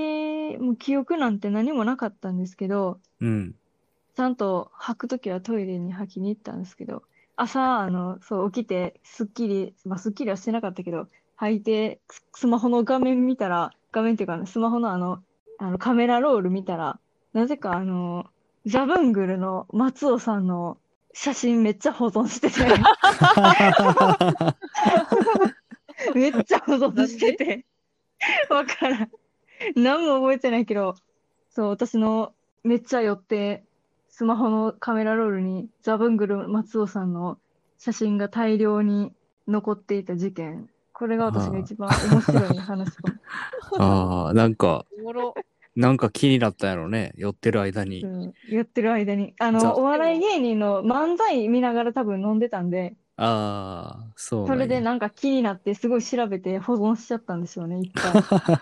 Speaker 5: もう記憶なんて何もなかったんですけど、
Speaker 2: うん、
Speaker 5: ちゃんと吐くときはトイレに吐きに行ったんですけど、朝、あの、そう、起きて、すっきり、まあ、すっきりはしてなかったけど、吐いて、ススマホの画面見たら、画面っていうか、スマホのあの、あのカメラロール見たら、なぜかあの、ジャブングルの松尾さんの写真めっちゃ保存してて、めっちゃ保存してて、わからん。何も覚えてないけど、そう、私のめっちゃ寄って、スマホのカメラロールにザブングル松尾さんの写真が大量に残っていた事件。これが私が一番面白い話かも。
Speaker 2: ああ、なんか、
Speaker 3: おもろ。
Speaker 2: なんか気になったんやろね。寄ってる間に
Speaker 5: う。ん、言ってる間に。
Speaker 2: ザ
Speaker 5: あの、お笑い芸人の漫才見ながら多分飲んでたんで、
Speaker 2: ああ、そう
Speaker 5: そ
Speaker 2: なんや
Speaker 5: れでなんか気になってすごい調べて保存しちゃったんでしょうね、一回。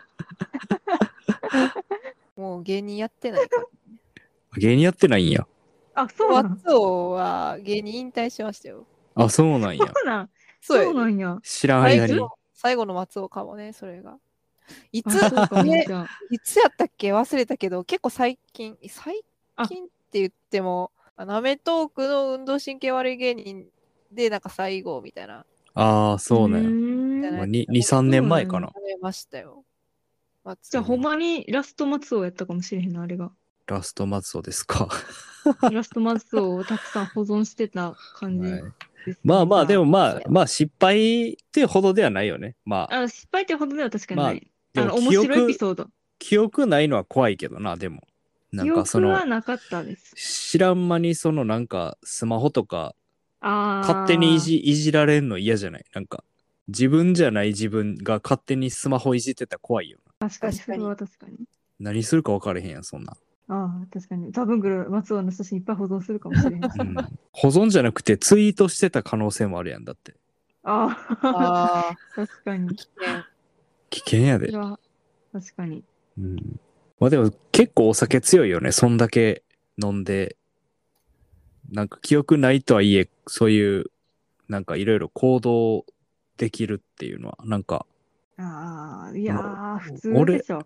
Speaker 3: もう芸人やってないから。
Speaker 2: 芸人やってないんや。
Speaker 5: あ、そうな
Speaker 3: ワ
Speaker 5: ん
Speaker 3: ッツオは芸人引退しましたよ。
Speaker 2: あ、そうなんや
Speaker 5: そ。うなん
Speaker 3: そう
Speaker 5: そ
Speaker 3: や
Speaker 5: うな
Speaker 3: で
Speaker 5: んや。
Speaker 2: 知らん
Speaker 3: 最
Speaker 2: 間
Speaker 3: 後
Speaker 2: に。
Speaker 3: の最後の松尾かもね、それが。い
Speaker 5: あ、
Speaker 3: つ、
Speaker 5: そうかも
Speaker 3: ね
Speaker 5: じゃあ。
Speaker 3: いつやったっけ忘れたけど、結構最近、最近って言っても、あのアメトークの運動神経悪い芸人で、なんか最後みたいな、
Speaker 2: ああ、そうなんや。
Speaker 5: ーん
Speaker 3: じゃ
Speaker 2: ま
Speaker 3: な
Speaker 2: あ、
Speaker 3: い
Speaker 2: 2、3年前かな
Speaker 3: 食。べましたよ。松
Speaker 5: じゃあ、
Speaker 3: 尾
Speaker 5: ほんまにラスト松尾やったかもしれへんな、あ れが。
Speaker 2: ラスト松尾ですか。
Speaker 5: ラストマズをたくさん保存してた感じ
Speaker 2: はい
Speaker 5: ですね
Speaker 2: まあまあ、でもまあ
Speaker 3: そう、
Speaker 2: まあ失敗ってほどではないよね。まあ、
Speaker 5: あ失敗ってほどでは確かにない。
Speaker 2: で
Speaker 5: あ
Speaker 2: も
Speaker 5: の、面
Speaker 2: 記
Speaker 5: 白いエ
Speaker 2: 憶
Speaker 5: ピ、ソード。
Speaker 2: 記憶ないのは怖いけどな、でも。なんかそ
Speaker 5: 記憶
Speaker 2: の
Speaker 5: は、なかったです。
Speaker 2: 知らん間にそのなんかスマホとか
Speaker 5: ああ。
Speaker 2: 勝手にいじいじられんの嫌じゃないなんか自分じゃない自分が勝手にスマホいじってたら怖いよな。
Speaker 5: 確かに、
Speaker 3: 確か
Speaker 5: そ
Speaker 3: に
Speaker 5: れは確かに。
Speaker 2: 何するか分かれへんやん、そんな。
Speaker 5: ああ、確かに。ザブングル松尾の写真いっぱい保存するかもしれ ない。
Speaker 2: うん、保存じゃなくてツイートしてた可能性もあるやんだって。
Speaker 5: ああ、
Speaker 3: あ あ、
Speaker 5: 確かに。
Speaker 3: 危険。
Speaker 2: 危険や
Speaker 5: そ
Speaker 2: で
Speaker 5: れ。は、確かに。
Speaker 2: うん。まあでも結構お酒強いよね。そんだけ飲んで。なんか記憶ないとはいえ、そういう、なんかいろいろ行動できるっていうのは、なんか、
Speaker 5: ああ、いやー、普通でしょ。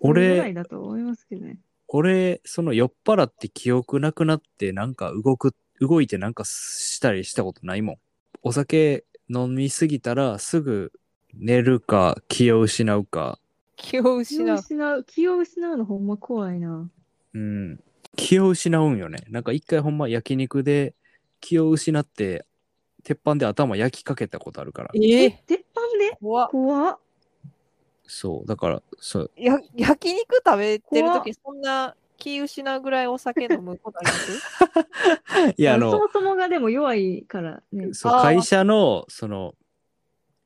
Speaker 5: 普通ぐらい
Speaker 2: 俺、
Speaker 5: だと思いますけどね。
Speaker 2: 俺、その酔っ払って記憶なくなって、なんか動く、動いてなんかしたりしたことないもん。お酒飲みすぎたらすぐ寝るか気を失うか、
Speaker 3: 気を
Speaker 5: 気
Speaker 3: 失
Speaker 5: を
Speaker 3: う。
Speaker 5: 失う、気を失うのほんま怖いな。
Speaker 2: うん、気を失うんよね。なんか一回ほんま焼肉で気を失って鉄板で頭焼きかけたことあるから。
Speaker 3: ええ、
Speaker 5: 鉄板で
Speaker 3: 怖っ
Speaker 5: 怖っ。
Speaker 2: そう、だから、 そう、
Speaker 3: や焼肉食べてる
Speaker 5: 怖
Speaker 3: と
Speaker 5: っ
Speaker 3: き、そんな気失うぐらいお酒飲むことあります
Speaker 2: いや、あ
Speaker 5: そ
Speaker 2: の、
Speaker 5: もそもがでも弱いから ね。
Speaker 2: そう
Speaker 3: あー
Speaker 2: 会社の、その、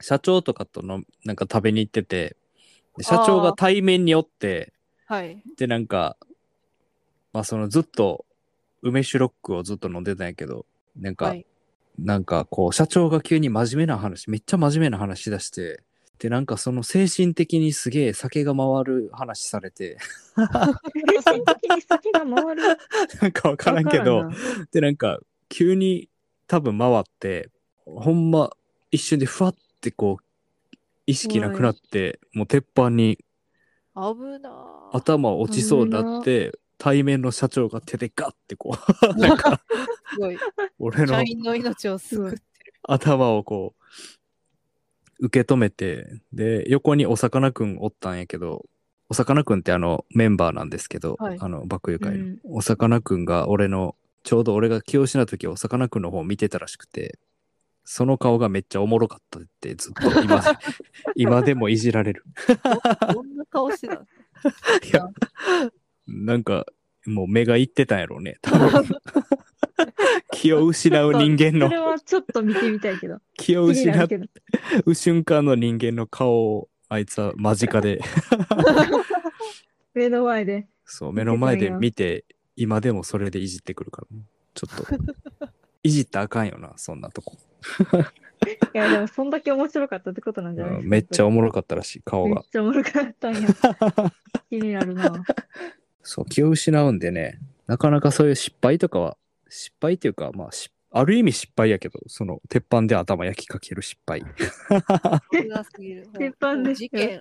Speaker 2: 社長とかとの、なんか食べに行ってて、で社長が対面におって、
Speaker 3: はい。
Speaker 2: で、なんか、まあ、そのずっと、梅酒ロックをずっと飲んでたんやけど、なんか、
Speaker 3: はい。
Speaker 2: なんかこう、社長が急に真面目な話、めっちゃ真面目な話し出して、で、なんかその精神的にすげえ酒が回る話されて、
Speaker 5: 精神的に先が回る。
Speaker 2: なんかわからんけ
Speaker 5: わ
Speaker 2: ど
Speaker 5: か、らんな
Speaker 2: で、なんか急に多分回って、ほんま一瞬でふわってこう、意識なくなって、もう鉄板に
Speaker 3: 危なー
Speaker 2: 頭落ちそうになって、対面の社長が手でガッてこう、
Speaker 3: すご い。
Speaker 2: 俺の
Speaker 3: 社員の命を救ってる。
Speaker 2: 頭をこう、受け止めて、で、横にお魚くんおったんやけど、お魚くんってあのメンバーなんですけど、
Speaker 3: はい
Speaker 2: あの、爆友会の、
Speaker 5: うん
Speaker 2: お魚くんが俺の、ちょうど俺が気を失う時お魚くんの方を見てたらしくて、その顔がめっちゃおもろかったってずっと今、今でもいじられる。
Speaker 3: どんな顔してたの
Speaker 2: いや、なんか、もう目がいってたんやろうね、多分。気を失う人間
Speaker 5: それ
Speaker 2: の、
Speaker 5: はちょっと見てみたいけど。
Speaker 2: 気を
Speaker 5: 気に
Speaker 2: 失
Speaker 5: な
Speaker 2: っ
Speaker 5: るけど。
Speaker 2: う瞬間の人間の顔をあいつは間近 で
Speaker 5: 目の前で。
Speaker 2: そう目の前で見て今でもそれでいじってくるからねちょっと いじったらあかんよなそんなとこ
Speaker 5: いや、でもそんだけ面白かったってことなんじゃないですか。
Speaker 2: めっちゃお
Speaker 5: 面
Speaker 2: もろかったらしい顔
Speaker 5: 白め
Speaker 2: が
Speaker 5: っちゃおもろかったんや。気になるな。
Speaker 2: そう気を失うんでねなかなかそういう失敗とかは失敗っていうかまあしある意味失敗やけどその鉄板で頭焼きかける失 敗
Speaker 3: 危なすぎる。
Speaker 5: 鉄板です
Speaker 3: 事件。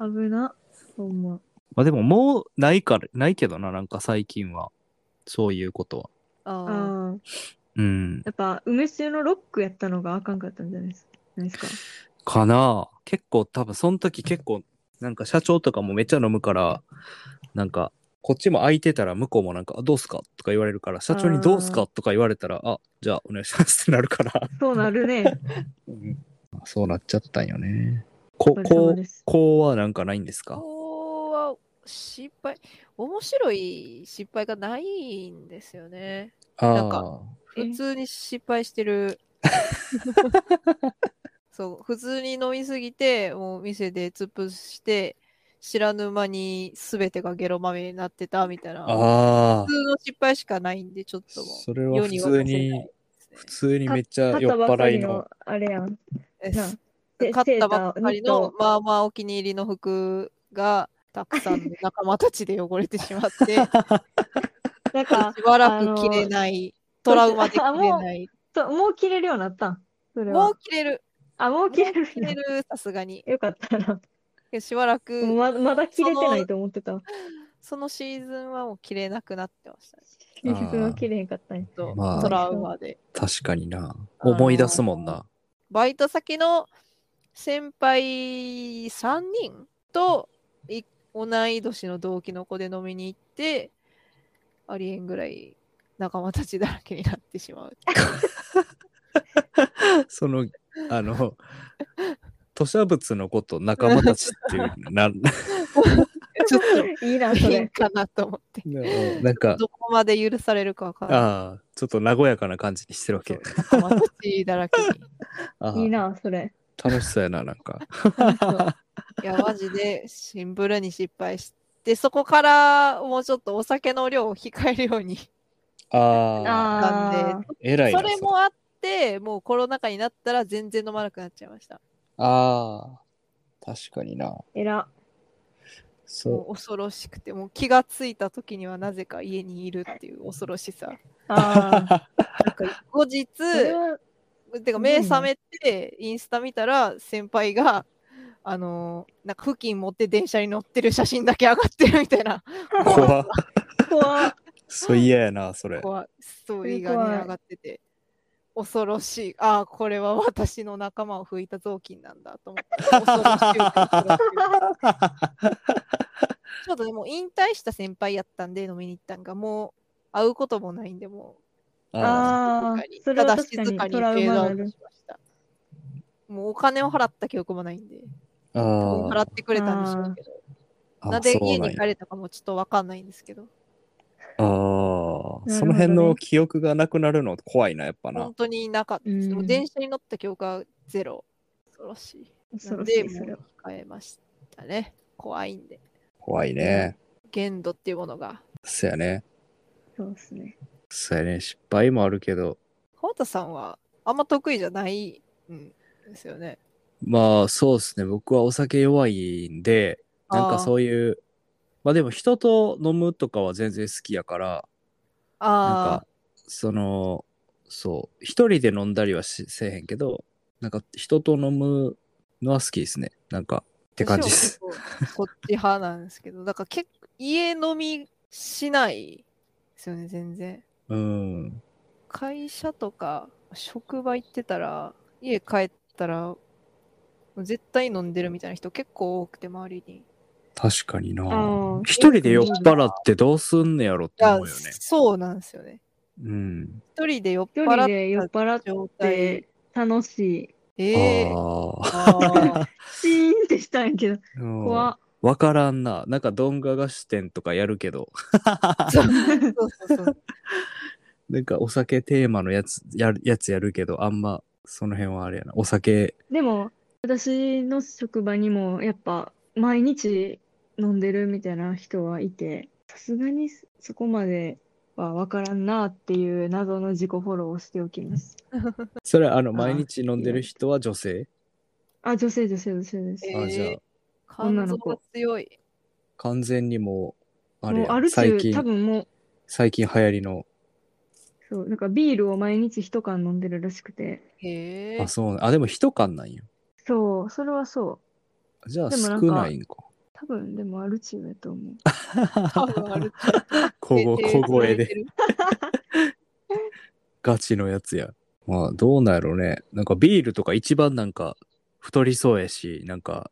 Speaker 5: 危な。ほんま。
Speaker 2: まあでももうないからないけどななんか最近はそういうことは
Speaker 3: ああ。
Speaker 5: ああ。
Speaker 2: うん
Speaker 5: やっぱ、梅酒のロックやったのがあかんかったんじゃないですか。ないですか。
Speaker 2: かな結構多分その時結構なんか社長とかもめっちゃ飲むからなんかこっちも空いてたら向こうもなんか「あどうすか?」とか言われるから社長に「どうすか?」とか言われたら「あじゃあお願いします」ってなるから、
Speaker 5: そうなるね。
Speaker 2: そうなっちゃったんよねこ
Speaker 5: お疲れ
Speaker 2: こ
Speaker 5: 様
Speaker 2: う
Speaker 5: です。
Speaker 2: こうはなんかないんですか
Speaker 3: こうは失敗、面白い失敗がないんですよね。なんか
Speaker 2: あ
Speaker 5: え
Speaker 3: 普通に失敗して る。そう、普通に飲みすぎて、もう店で突っ伏して、知らぬ間に全てがゲロまみれになってたみたい
Speaker 2: ー
Speaker 3: な。
Speaker 2: あ
Speaker 3: 普通の失敗しかないんで、ちょっ
Speaker 2: ー
Speaker 3: とも
Speaker 2: それ
Speaker 3: う
Speaker 2: は
Speaker 3: 世
Speaker 2: 普
Speaker 3: には
Speaker 2: 通
Speaker 3: 出せない
Speaker 2: に
Speaker 3: ですね
Speaker 2: 普通にめっちゃ
Speaker 5: 勝
Speaker 2: 酔っ
Speaker 5: ばか
Speaker 2: 払い
Speaker 5: り
Speaker 2: の
Speaker 5: の、あれやん。
Speaker 3: え
Speaker 5: な
Speaker 3: で
Speaker 5: で
Speaker 3: 買った
Speaker 5: セー
Speaker 3: ばっ
Speaker 5: ター
Speaker 3: かり
Speaker 5: ニ
Speaker 3: の
Speaker 5: ット
Speaker 3: まあまあお気に入りの服がたくさんの仲間たちで汚れてしまってし
Speaker 5: な んか、
Speaker 3: ばらく着れないトラウマで着れない
Speaker 5: そうもう切れるようになったん。それ
Speaker 3: も
Speaker 5: は
Speaker 3: う。着れる
Speaker 5: あ、もう切れるん
Speaker 3: 着
Speaker 5: や
Speaker 3: れるさすがに
Speaker 5: よかったな。
Speaker 3: しばらく
Speaker 5: ままだ切れてないと思ってたわ。
Speaker 3: そのシーズンはもう着れなくなってましたね
Speaker 5: リスクは切れへんかったんや。
Speaker 3: と
Speaker 2: まあ
Speaker 3: トラウマで
Speaker 2: 確かにな思い出すもんな
Speaker 3: バイト先の先輩3人とい同い年の同期の子で飲みに行ってありえんぐらい仲間たちだらけになってしま う。
Speaker 2: その、あの、吐砂物のこと仲間たちっていう、な、
Speaker 3: ちょっ
Speaker 5: いいな、
Speaker 3: と
Speaker 5: そ
Speaker 3: 変
Speaker 5: れ。
Speaker 3: かなと思 って。
Speaker 2: なんか、
Speaker 3: どこまで許されるかわからない。
Speaker 2: ああ、ちょっと和やかな感じにしてるわけ。
Speaker 3: そう仲間たちだらけに。
Speaker 2: ああ
Speaker 5: いいな、それ。
Speaker 2: 楽しそうやな、なんか。
Speaker 3: いや、マジでシンプルに失敗して、そこからもうちょっとお酒の量を控えるように
Speaker 2: ああ、
Speaker 5: あー
Speaker 3: なん
Speaker 2: 偉いな。
Speaker 3: それ
Speaker 2: それ
Speaker 3: もあって、もうコロナ禍になったら全然飲まなくなっちゃいました。
Speaker 2: ああ、確かにな。
Speaker 5: えら。
Speaker 2: そう
Speaker 3: も。う恐ろしくて、もう気がついた時にはなぜか家にいるっていう恐ろしさ。
Speaker 5: ああ。
Speaker 3: 後日、
Speaker 5: それは、
Speaker 3: てか目覚めてインスタ見たら先輩が、あのーなんか付近持って電車に乗ってる写真だけ上がってるみたいな。
Speaker 2: 怖っ
Speaker 5: 怖っ
Speaker 2: そう嫌やな、それ。
Speaker 3: 怖いストーリー
Speaker 5: え
Speaker 3: が
Speaker 5: ー怖い
Speaker 3: ね上がってて恐ろしいああこれは私の仲間を拭いた雑巾なんだと思って恐ろしい恐ろし いちょっとでも引退した先輩やったんで飲みに行ったんがもう会うこともないんでも
Speaker 2: あ
Speaker 5: あ
Speaker 3: う静
Speaker 5: あ
Speaker 3: かに、
Speaker 5: それ
Speaker 3: た
Speaker 5: は
Speaker 3: だ
Speaker 5: 確か
Speaker 3: 静か
Speaker 5: に
Speaker 3: にフ
Speaker 5: ト
Speaker 3: ェ
Speaker 5: ラウ
Speaker 3: ード
Speaker 5: マ
Speaker 3: ア
Speaker 5: に
Speaker 3: ウ
Speaker 5: な
Speaker 3: ト
Speaker 5: る
Speaker 3: し。ましたもうお金を払った記憶もないんで
Speaker 2: あ
Speaker 3: 多分払
Speaker 2: ー
Speaker 3: ってくれたんでしょうけど
Speaker 2: あ。
Speaker 3: なんで
Speaker 2: そう
Speaker 3: 家
Speaker 2: なん
Speaker 3: に
Speaker 2: や
Speaker 3: 帰れたかもちょっとわかんないんですけど
Speaker 2: ああ、
Speaker 5: ね
Speaker 2: その辺の記憶がなくなるの怖いな、やっぱな
Speaker 3: 本。当になかったです。
Speaker 5: うん
Speaker 3: でも電車に乗った記憶はゼロ。恐ろしい。
Speaker 5: 恐ろし、
Speaker 3: ないんで
Speaker 5: それは。
Speaker 3: もう変えましたね。怖いんで。
Speaker 2: 怖いね。
Speaker 3: 限度っていうものが。
Speaker 2: そやね。
Speaker 5: そうですね。
Speaker 2: そやね。失敗もあるけど、
Speaker 3: 川田さんはあんま得意じゃないんですよね。
Speaker 2: まあそうですね。僕はお酒弱いんで、なんか
Speaker 3: う。
Speaker 2: そういう、まあでも人と飲むとかは全然好きやから、なん
Speaker 3: あ
Speaker 2: か、その、そう、一人で飲んだりはしせえへんけど、なんか人と飲むのは好きですね。なんか、って感じです。。
Speaker 3: 私は結構こっち派なんですけど、だから結構家飲みしないですよね、全然。
Speaker 2: うん。
Speaker 3: 会社とか職場行ってたら家帰ったらもう絶対飲んでるみたいな人結構多くて周りにい
Speaker 2: 確かにな
Speaker 5: あー
Speaker 2: 一人で酔っ払ってどうすんねやろって
Speaker 3: や
Speaker 2: 思うよね。
Speaker 3: そうなんですよね
Speaker 2: うん。
Speaker 3: 一人で酔っ
Speaker 5: 一人
Speaker 3: 払
Speaker 5: で酔っ
Speaker 3: っ
Speaker 5: 払った
Speaker 3: 状態
Speaker 5: て楽しい。
Speaker 3: ええ
Speaker 2: あ
Speaker 3: あー
Speaker 5: シーンってしたんやけど、
Speaker 2: あ。うん
Speaker 5: 怖っ
Speaker 2: わからんな。なんか、どんが菓子店とかやるけど、
Speaker 3: そうそうそうそう
Speaker 2: なんか、お酒テーマのやつ、やる、やつやるけど、あんま、その辺はあれやな。お酒、
Speaker 5: でも、私の職場にも、やっぱ、毎日飲んでるみたいな人はいて、さすがにそこまでは分からんなっていう謎の自己フォローをしておきます。
Speaker 2: それは、あの、
Speaker 5: ー
Speaker 2: 毎日飲んでる人は女性
Speaker 5: あ、女性、女性、女性です。
Speaker 2: あ、じゃあ
Speaker 3: えー、肝
Speaker 5: 女
Speaker 3: 臓
Speaker 5: の子
Speaker 3: が強い
Speaker 2: 完全にもう、あれ
Speaker 5: もう
Speaker 2: や
Speaker 5: アル
Speaker 2: 最
Speaker 5: 中、
Speaker 2: 近
Speaker 5: 多、分もう、
Speaker 2: 最近流行りの、
Speaker 5: そう、なんかビールを毎日一缶飲んでるらしくて、
Speaker 3: へえ
Speaker 2: あ、そう、あ、でも一缶なんや。
Speaker 5: そう、それはそう。
Speaker 2: じゃあ
Speaker 5: でも
Speaker 2: 少
Speaker 5: なんか
Speaker 2: ないんか。
Speaker 5: 多分、でもアル中だ と思う。
Speaker 3: 多分ある
Speaker 2: 小声小声で、
Speaker 3: で
Speaker 2: ガチのやつや。まあ、どうなんやろね。なんかビールとか一番なんか、太りそうやし、なんか、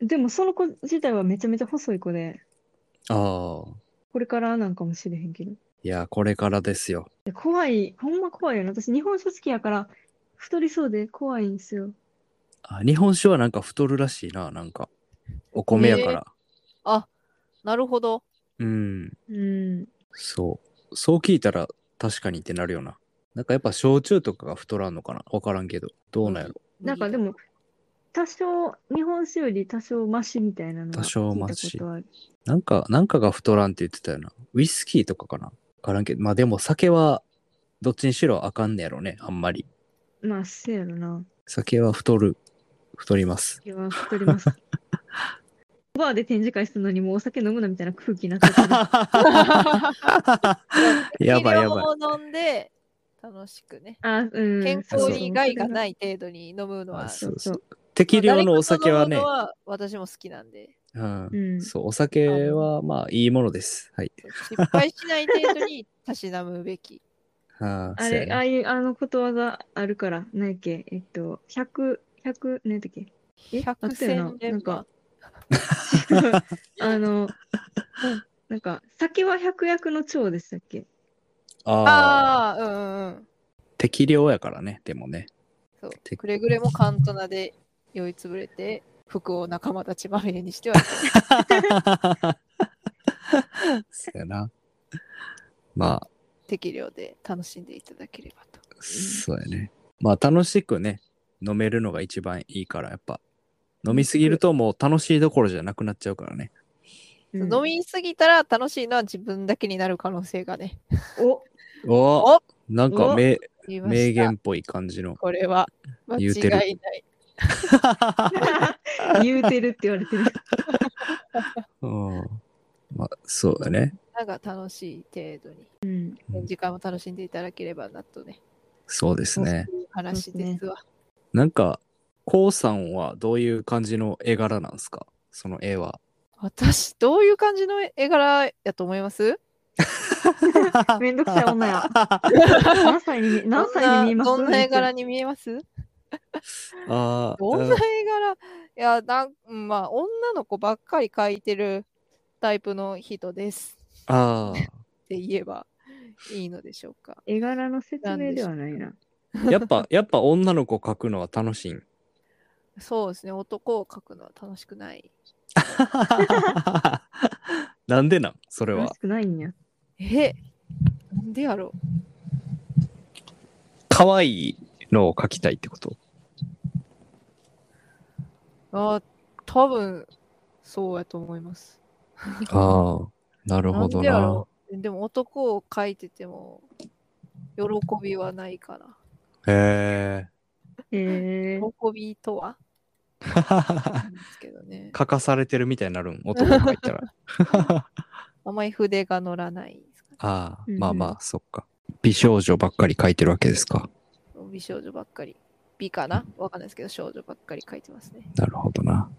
Speaker 5: でも、その子自体はめちゃめちゃ細い子で、
Speaker 2: ああ、
Speaker 5: これからなんかもしれへんけど。
Speaker 2: いや、これからですよ。
Speaker 5: で怖い、ほんま怖いよね。私、日本酒好きやから、太りそうで怖いんですよ。
Speaker 2: あ日本酒はなんか太るらしいな、なんか。お米やから。
Speaker 3: あなるほど
Speaker 2: うん、
Speaker 5: うん。
Speaker 2: そう。そう聞いたら確かにってなるよな。なんかやっぱ焼酎とかが太らんのかなわからんけど。どうなんやろ。
Speaker 5: なんかでも、多少、日本酒より多少マシみたいなのは
Speaker 2: 多少マシ
Speaker 5: 聞いたことある。
Speaker 2: なんか、なんかが太らんって言ってたよな。ウイスキーとかかなわからんけど。まあでも酒は、どっちにしろあかんねやろね、あんまり。
Speaker 5: まあ、せやろな。
Speaker 2: 酒は太る。太り ます。
Speaker 5: いや、太り ます。バーで展示会するのにもうお酒飲むなみたいな空気になっちゃって る
Speaker 2: やばいやばい
Speaker 3: 適量を飲んで楽しくね
Speaker 5: あ、うん。。
Speaker 3: 健
Speaker 2: そう
Speaker 3: 康に害がないい程度に飲むのは
Speaker 2: あそう
Speaker 5: そうそう
Speaker 2: 適量のお酒はね
Speaker 3: まあ誰、かと飲むの私も好きなんで、
Speaker 2: うん
Speaker 5: う、ん。
Speaker 2: そう、お酒はまあいいものです。はい。
Speaker 3: 失敗しない程度にたしなむべき。
Speaker 2: あー
Speaker 5: あ
Speaker 2: そうや
Speaker 5: れ、
Speaker 2: ね
Speaker 5: ああいう、あのことわざあるから、何やっけ、えっと、100、100、何やったっけ。 えあ
Speaker 3: 百
Speaker 5: ったよな
Speaker 3: 戦錬
Speaker 5: なん
Speaker 3: 磨
Speaker 5: か。あの、なんか、酒は百薬の長でしたっけ
Speaker 2: あー
Speaker 3: ああ、うんうんうん。
Speaker 2: 適量やからね、でもね。
Speaker 3: そう
Speaker 2: て
Speaker 3: くれぐれもカントナで酔いつぶれて、服を仲間たちまみれにしては、
Speaker 2: そうやな。まあ、
Speaker 3: 適量で楽しんでいただければと。
Speaker 2: そうやね。まあ楽しくね、飲めるのが一番いいから、やっぱ。飲みすぎるともう楽しいどころじゃなくなっちゃうからね。
Speaker 5: うん
Speaker 3: 飲みすぎたら楽しいのは自分だけになる可能性がね。
Speaker 5: お
Speaker 2: お
Speaker 3: お
Speaker 2: なんか名
Speaker 3: 言いました
Speaker 2: 名言っぽい感 じの。
Speaker 3: これは間違
Speaker 2: 言う
Speaker 3: い
Speaker 2: てる
Speaker 3: ない。
Speaker 5: 言うてるって言われてる。
Speaker 2: うん。まあ、そうだね。
Speaker 3: なんか楽しい程度に、
Speaker 5: うん。
Speaker 2: うん
Speaker 3: 時間を楽しんでいただければなとね。
Speaker 2: そうですね。
Speaker 3: そういう話ですわ。
Speaker 2: なんか、こうさんはどういう感じの絵柄なんですかその絵は。
Speaker 3: 私、どういう感じの絵柄やと思います
Speaker 5: めんどく さい女や。何歳に、何歳に見えます
Speaker 3: どんなどんな絵柄
Speaker 5: に
Speaker 3: に見えます
Speaker 2: あ
Speaker 3: どんな絵柄いやなん、うんまあ、女の子ばっかり描いてるタイプの人ですっ
Speaker 2: あ
Speaker 3: て言えばいいのでしょうか。
Speaker 5: 絵柄の説明ではないな。
Speaker 2: ー。やっぱ、やっぱ女の子描くのは楽しいん。
Speaker 3: そうですね、男を描くのは楽しくない。
Speaker 2: なんでなんそれは
Speaker 5: 楽し。くないんや。
Speaker 3: えなんでやろう
Speaker 2: 可愛いのを描きたいってこと。
Speaker 3: あ多分そうやと思います。
Speaker 2: ああ、なるほど
Speaker 3: んでや
Speaker 2: な
Speaker 3: ろ。うでも男を描いてても喜びはないかな。
Speaker 2: へえ。。
Speaker 5: え
Speaker 3: 喜
Speaker 5: ー、
Speaker 3: びとはなんですけどね
Speaker 2: 書かされてるみたいになるん、男が入ったら。
Speaker 3: あんまり筆が乗らないですかね
Speaker 2: ああ、
Speaker 5: うん
Speaker 2: まあまあ、そっか。美少女ばっかり書いてるわけですか。
Speaker 3: 美少女ばっかり。美かなわかんないですけど、少女ばっかり描いてますね。
Speaker 2: なるほどな。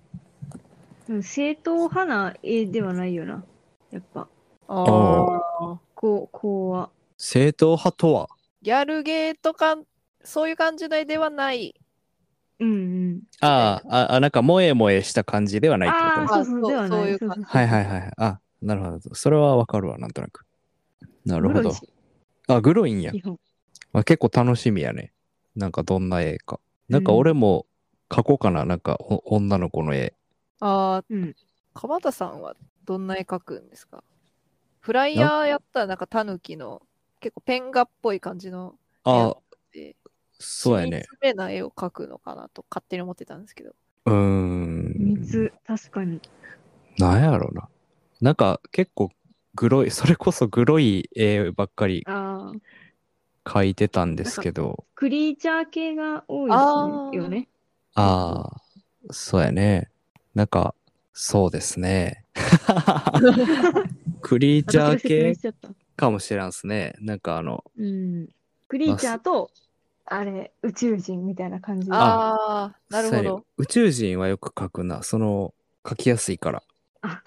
Speaker 5: でも正統派な絵ではないよな。やっぱ、
Speaker 3: あ
Speaker 2: ー
Speaker 3: あ。
Speaker 5: こう、こうは。
Speaker 2: 正統派とは
Speaker 3: ギャルゲーとか、そういう感じの絵ではない。
Speaker 5: うんうん。
Speaker 2: あああ、あ、なんか、萌え萌えした感じではないってこと
Speaker 5: あ
Speaker 2: ね
Speaker 5: あ、
Speaker 3: と
Speaker 5: そ
Speaker 3: ね
Speaker 5: うそう、では
Speaker 3: そう
Speaker 5: な
Speaker 3: そうい
Speaker 5: い。
Speaker 3: う
Speaker 5: そう
Speaker 3: 感
Speaker 5: そ
Speaker 3: じ
Speaker 5: う
Speaker 2: はいはいはいはい。あ、なるほど。それはわかるわ、なんとなく。なるほ
Speaker 5: 黒
Speaker 2: ど
Speaker 5: い。し
Speaker 2: あ、グロいんや。
Speaker 5: 基本。
Speaker 2: あ結構楽しみやね。なんかどんな絵か。なんか俺も描こうかな、なんかお女の子の絵。
Speaker 3: ああ、
Speaker 5: うん。
Speaker 3: 鎌田さんはどんな絵描くんですかフライヤーやったらなんかタヌキの、結構ペン画っぽい感じの絵
Speaker 2: あ、
Speaker 3: で、
Speaker 2: そうやね。
Speaker 3: 緻密な絵を描くのかなと勝手に思ってたんですけど。
Speaker 2: うーん。
Speaker 5: 密、確かに。
Speaker 2: なんやろうな。なんか結構グロい、それこそグロい絵ばっかり
Speaker 5: ああ、
Speaker 2: 描いてたんですけど。
Speaker 5: クリーチャー系が多い
Speaker 3: あ
Speaker 5: で
Speaker 3: ー
Speaker 5: すよね。
Speaker 2: ああ、そうやね。なんか、そうですね。クリーチャー
Speaker 5: 私が説明
Speaker 2: 系
Speaker 5: しちゃった。
Speaker 2: かもしれんすね。なんかあの、
Speaker 5: うん。クリーチャーと、あれ、宇宙人みたいな感じ。あ、
Speaker 3: ああ、なる
Speaker 2: そ
Speaker 3: ほ
Speaker 2: うやね
Speaker 3: ど。
Speaker 2: 宇宙人はよく描くな。その、描きやすいから。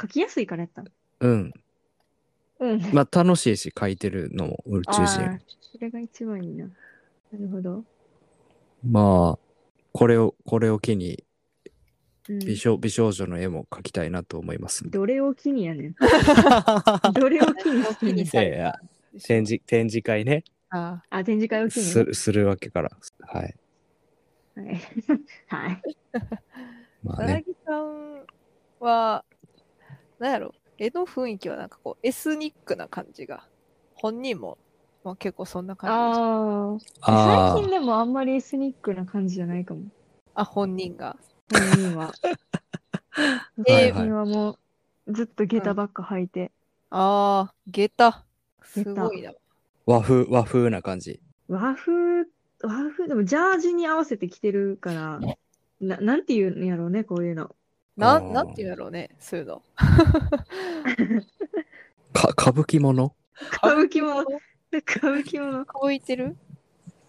Speaker 5: 書きやすいからやった。
Speaker 2: うん。
Speaker 5: うん。
Speaker 2: まあ楽しいし、描いてるのも宇宙
Speaker 5: あ
Speaker 2: 人。
Speaker 5: ーそれが一番いいな。なるほど。
Speaker 2: まあ、これを、これを機に
Speaker 5: うん、
Speaker 2: 美少、美少女の絵も描きたいなと思います。
Speaker 5: どれを機にやね ん。どれを機に
Speaker 3: お気に
Speaker 2: いや
Speaker 3: され
Speaker 2: い
Speaker 3: た
Speaker 2: や、
Speaker 3: でし ょ
Speaker 2: 展示、展示会ね、
Speaker 3: あ
Speaker 5: あ、展示会を機に
Speaker 2: する、するわけから。はい。
Speaker 5: ね。はい。はい。
Speaker 2: ま
Speaker 3: あ、
Speaker 2: あ
Speaker 3: な
Speaker 2: ね。
Speaker 3: ぎさんは、なんやろ、絵の雰囲気はなんかこう、エスニックな感じが、本人も、まあ、結構そんな感じでし
Speaker 5: ああ。
Speaker 2: あ
Speaker 5: 最近でもあんまりエスニックな感じじゃないかも。
Speaker 3: たあ、本人が。
Speaker 5: 本人 は。
Speaker 2: あ、は
Speaker 5: 本
Speaker 2: い
Speaker 3: え
Speaker 2: はい
Speaker 5: 人。はもう、ずっと下駄ばっか履いて、
Speaker 3: ああ、下駄。す
Speaker 5: 下駄
Speaker 3: ごいな。
Speaker 2: 和風、和風な感じ。
Speaker 5: 和風、和風、でもジャージに合わせて着てるから、ななんていうんやろうね、こういうの。
Speaker 3: な
Speaker 2: あー
Speaker 3: ん、なんていうんやろうね、そういうの。
Speaker 2: か、歌舞伎もの
Speaker 5: 歌舞伎も、歌舞伎もの、
Speaker 3: 乾いてる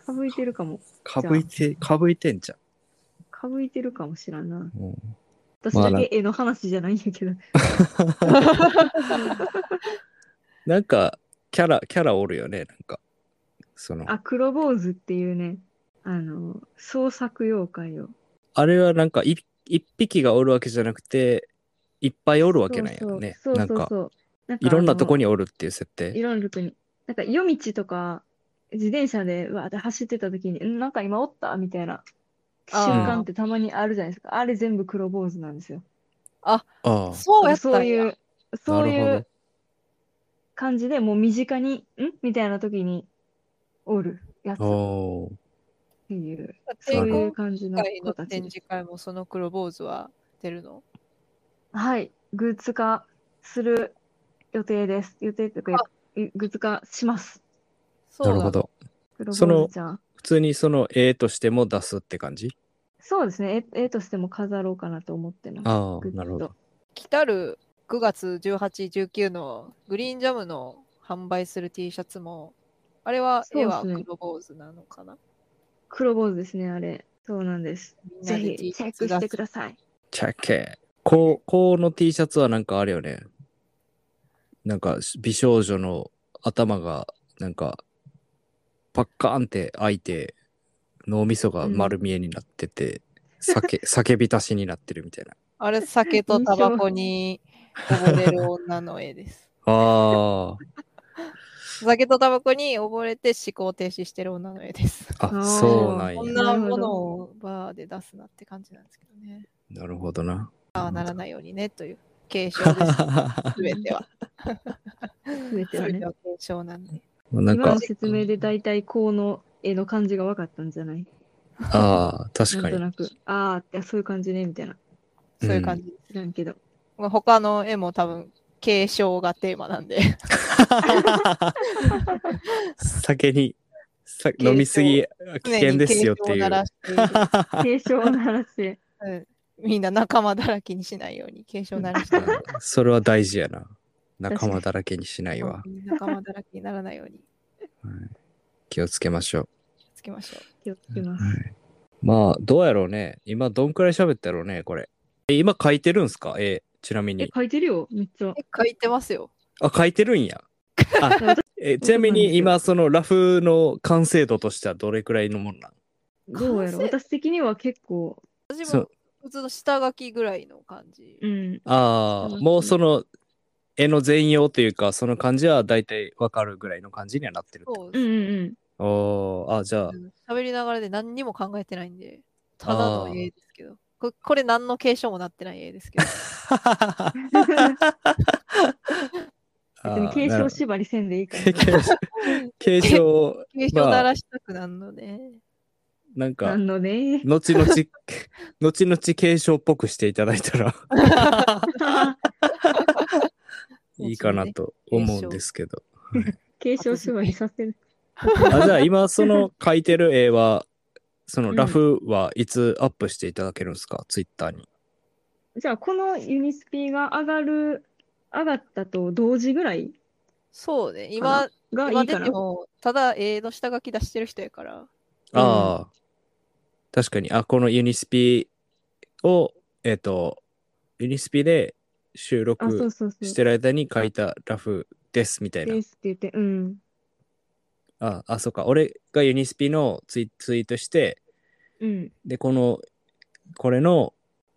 Speaker 5: かぶいてるかも。
Speaker 2: 歌舞いて、歌舞いてんじゃ
Speaker 5: かぶいてるかもしらんな。
Speaker 2: ん。うん
Speaker 5: 私
Speaker 2: まあ
Speaker 5: だ
Speaker 2: な
Speaker 5: け絵の話じゃないんやけど。
Speaker 2: なんか、キャラ、キャラおるよね、なんか。その、
Speaker 5: あ、
Speaker 2: あ
Speaker 5: 黒坊主っていうね、あの、創作妖怪を。
Speaker 2: れはなんか、い一匹がおるわけじゃなくて、いっぱいおるわけなんやろね。
Speaker 5: そうそうそう
Speaker 2: な
Speaker 5: そ
Speaker 2: ん
Speaker 5: う
Speaker 2: か、
Speaker 5: そう。なんか
Speaker 2: いろんなとこ
Speaker 5: に。
Speaker 2: におるっていう設定
Speaker 5: い。ろんなとこに。なんか夜道とか、自転車でわーって走ってた時に、んなんか今おったみたいな
Speaker 3: あー
Speaker 5: 瞬間ってたまにあるじゃないですか。あれ全部黒坊主なんですよ。
Speaker 2: ああ。
Speaker 3: そうやったん
Speaker 5: そ
Speaker 3: や
Speaker 5: ういう、そう
Speaker 2: な
Speaker 5: い
Speaker 2: るほ
Speaker 5: う感じでもう身近に、んみたいな時におるやつ。
Speaker 2: ど。おー
Speaker 5: っていう、
Speaker 3: で
Speaker 5: そうい
Speaker 3: 今
Speaker 5: う感じの
Speaker 3: 回
Speaker 5: 子
Speaker 3: の
Speaker 5: た
Speaker 3: 展
Speaker 5: ちです
Speaker 3: 示会もその黒坊主は出るの
Speaker 5: はい、グッズ化する予定です。予定というか、いグッズ化します。
Speaker 3: そう
Speaker 2: な
Speaker 3: だ
Speaker 2: るほど。
Speaker 5: 黒坊
Speaker 2: その
Speaker 5: 主ちゃん。
Speaker 2: 普通にその絵としても出すって感じ
Speaker 5: そうですね、絵絵としても飾ろうかなと思ってます。
Speaker 2: ああ
Speaker 5: グッ、ズと
Speaker 2: なるほど。
Speaker 3: 来たる9月18、19のグリーンジャムの販売する T シャツも、あれは
Speaker 5: そう
Speaker 3: 絵
Speaker 5: で
Speaker 3: は
Speaker 5: すね
Speaker 3: 黒坊主なのかな
Speaker 5: 黒坊主ですね、あれ。そうなんです。
Speaker 3: みんな
Speaker 5: ぜ
Speaker 3: で
Speaker 5: ひ、
Speaker 3: T
Speaker 5: チ
Speaker 3: シ
Speaker 5: ェ
Speaker 3: ャ
Speaker 5: ック
Speaker 3: ツ
Speaker 5: し
Speaker 3: 出
Speaker 5: て
Speaker 3: す
Speaker 5: ください。
Speaker 2: チェッケこう、こうの T シャツはなんかあれよね。なんか美少女の頭がなんかパッカーンって開いて脳みそが丸見えになってて、酒、酒浸しになってるみたいな。
Speaker 3: あれ、酒とタバコに溺れる女の絵です。
Speaker 2: あ
Speaker 3: 酒とタバコに溺れて思考停止してる女の絵です。
Speaker 2: あ、
Speaker 5: あー
Speaker 2: あ、そうなんや
Speaker 3: こん。なものをバーで出すなって感じなんですけどね。
Speaker 2: なるほどな。
Speaker 3: ああ、ならないようにねという継承です。 すべては。
Speaker 5: すべて
Speaker 3: す
Speaker 5: は
Speaker 3: べ
Speaker 5: ね
Speaker 3: て。は継承なんで。
Speaker 2: なん
Speaker 5: 今
Speaker 2: か
Speaker 5: の、説明で大体この絵の感じが分かったんじゃない
Speaker 2: ああ、確
Speaker 5: な
Speaker 2: か
Speaker 5: んと
Speaker 2: に。
Speaker 5: なく。ああ、いやそういう感じね、みたいな。
Speaker 3: そういう感じ。
Speaker 5: 知ら んけど。
Speaker 3: まあ他の絵も多分継承がテーマなんで。
Speaker 2: 酒に、さ飲みすぎ 危険ですよってい
Speaker 3: 常
Speaker 2: う。
Speaker 3: に警鐘を鳴らしている
Speaker 5: 警鐘を鳴らして。
Speaker 3: うんみんな仲間だらけにしないように警鐘を 鳴らしている。
Speaker 2: それは大事やな。
Speaker 5: 確か
Speaker 2: 仲
Speaker 5: に
Speaker 2: 間だらけにしないわ。
Speaker 3: 仲間だらけにならないように
Speaker 2: 気をつけましょ
Speaker 3: 気をつけましょう。
Speaker 5: 気をつけ
Speaker 2: う。
Speaker 5: ま す。
Speaker 2: はいまあ、どうやろうね。今、どんくらい喋ったやろうね、これ。え今、書いてるんすかえ、ちなみ
Speaker 5: え
Speaker 2: に、。
Speaker 5: 書いてるよ、めっ ちゃ。
Speaker 3: え 書いてますよ。
Speaker 2: あ、書いてるんや。あえちなみに、今、そのラフの完成度としてはどれくらいのもんなん
Speaker 5: どうや
Speaker 3: 完
Speaker 5: ろう
Speaker 3: 成
Speaker 5: 私的には結構、
Speaker 3: 私
Speaker 2: そ
Speaker 3: も
Speaker 2: う
Speaker 3: 普通の下書きぐらいの感じ。
Speaker 5: うん、
Speaker 2: ああ、もうその、絵の全容というか、その感じは大体わかるぐらいの感じにはなってるってこと。
Speaker 3: そう
Speaker 5: うんう んうん。
Speaker 2: おーあ、じゃあ、
Speaker 3: 喋りながらで何にも考えてないんで、ただの絵ですけど。これこれ何の継承もなってない絵で すけど。
Speaker 5: 別に継承縛りせんでいいから。
Speaker 2: 継承、
Speaker 3: 継承鳴らしたくなるので、
Speaker 2: なんか
Speaker 5: な、のね。
Speaker 2: 後々、後々継承っぽくしていただいた らいいかなと思うんですけど。
Speaker 5: 継承縛りさせる。
Speaker 2: あじゃあ今そ の描いてる絵は、そのラフはいつアップしていただけるんですか、ツイッターに。
Speaker 5: じゃあ、このユニスピが上がる、上がったと同時ぐらい
Speaker 3: そうね。今、
Speaker 5: がい
Speaker 3: 今
Speaker 5: いか
Speaker 3: 出
Speaker 5: な
Speaker 3: て。も、ただ絵の下書き出してる人やから、
Speaker 2: ああ、確かに。あ、このユニスピを、えっ、と、ユニスピで収
Speaker 5: あ、そう
Speaker 2: 録
Speaker 5: そうそう。
Speaker 2: してる間に描いたラフですみたいな
Speaker 5: で。すって言って、うん。
Speaker 2: あ、あ、そっか。俺がユニスピのツイツイートして、
Speaker 5: うん。
Speaker 2: で、この、これの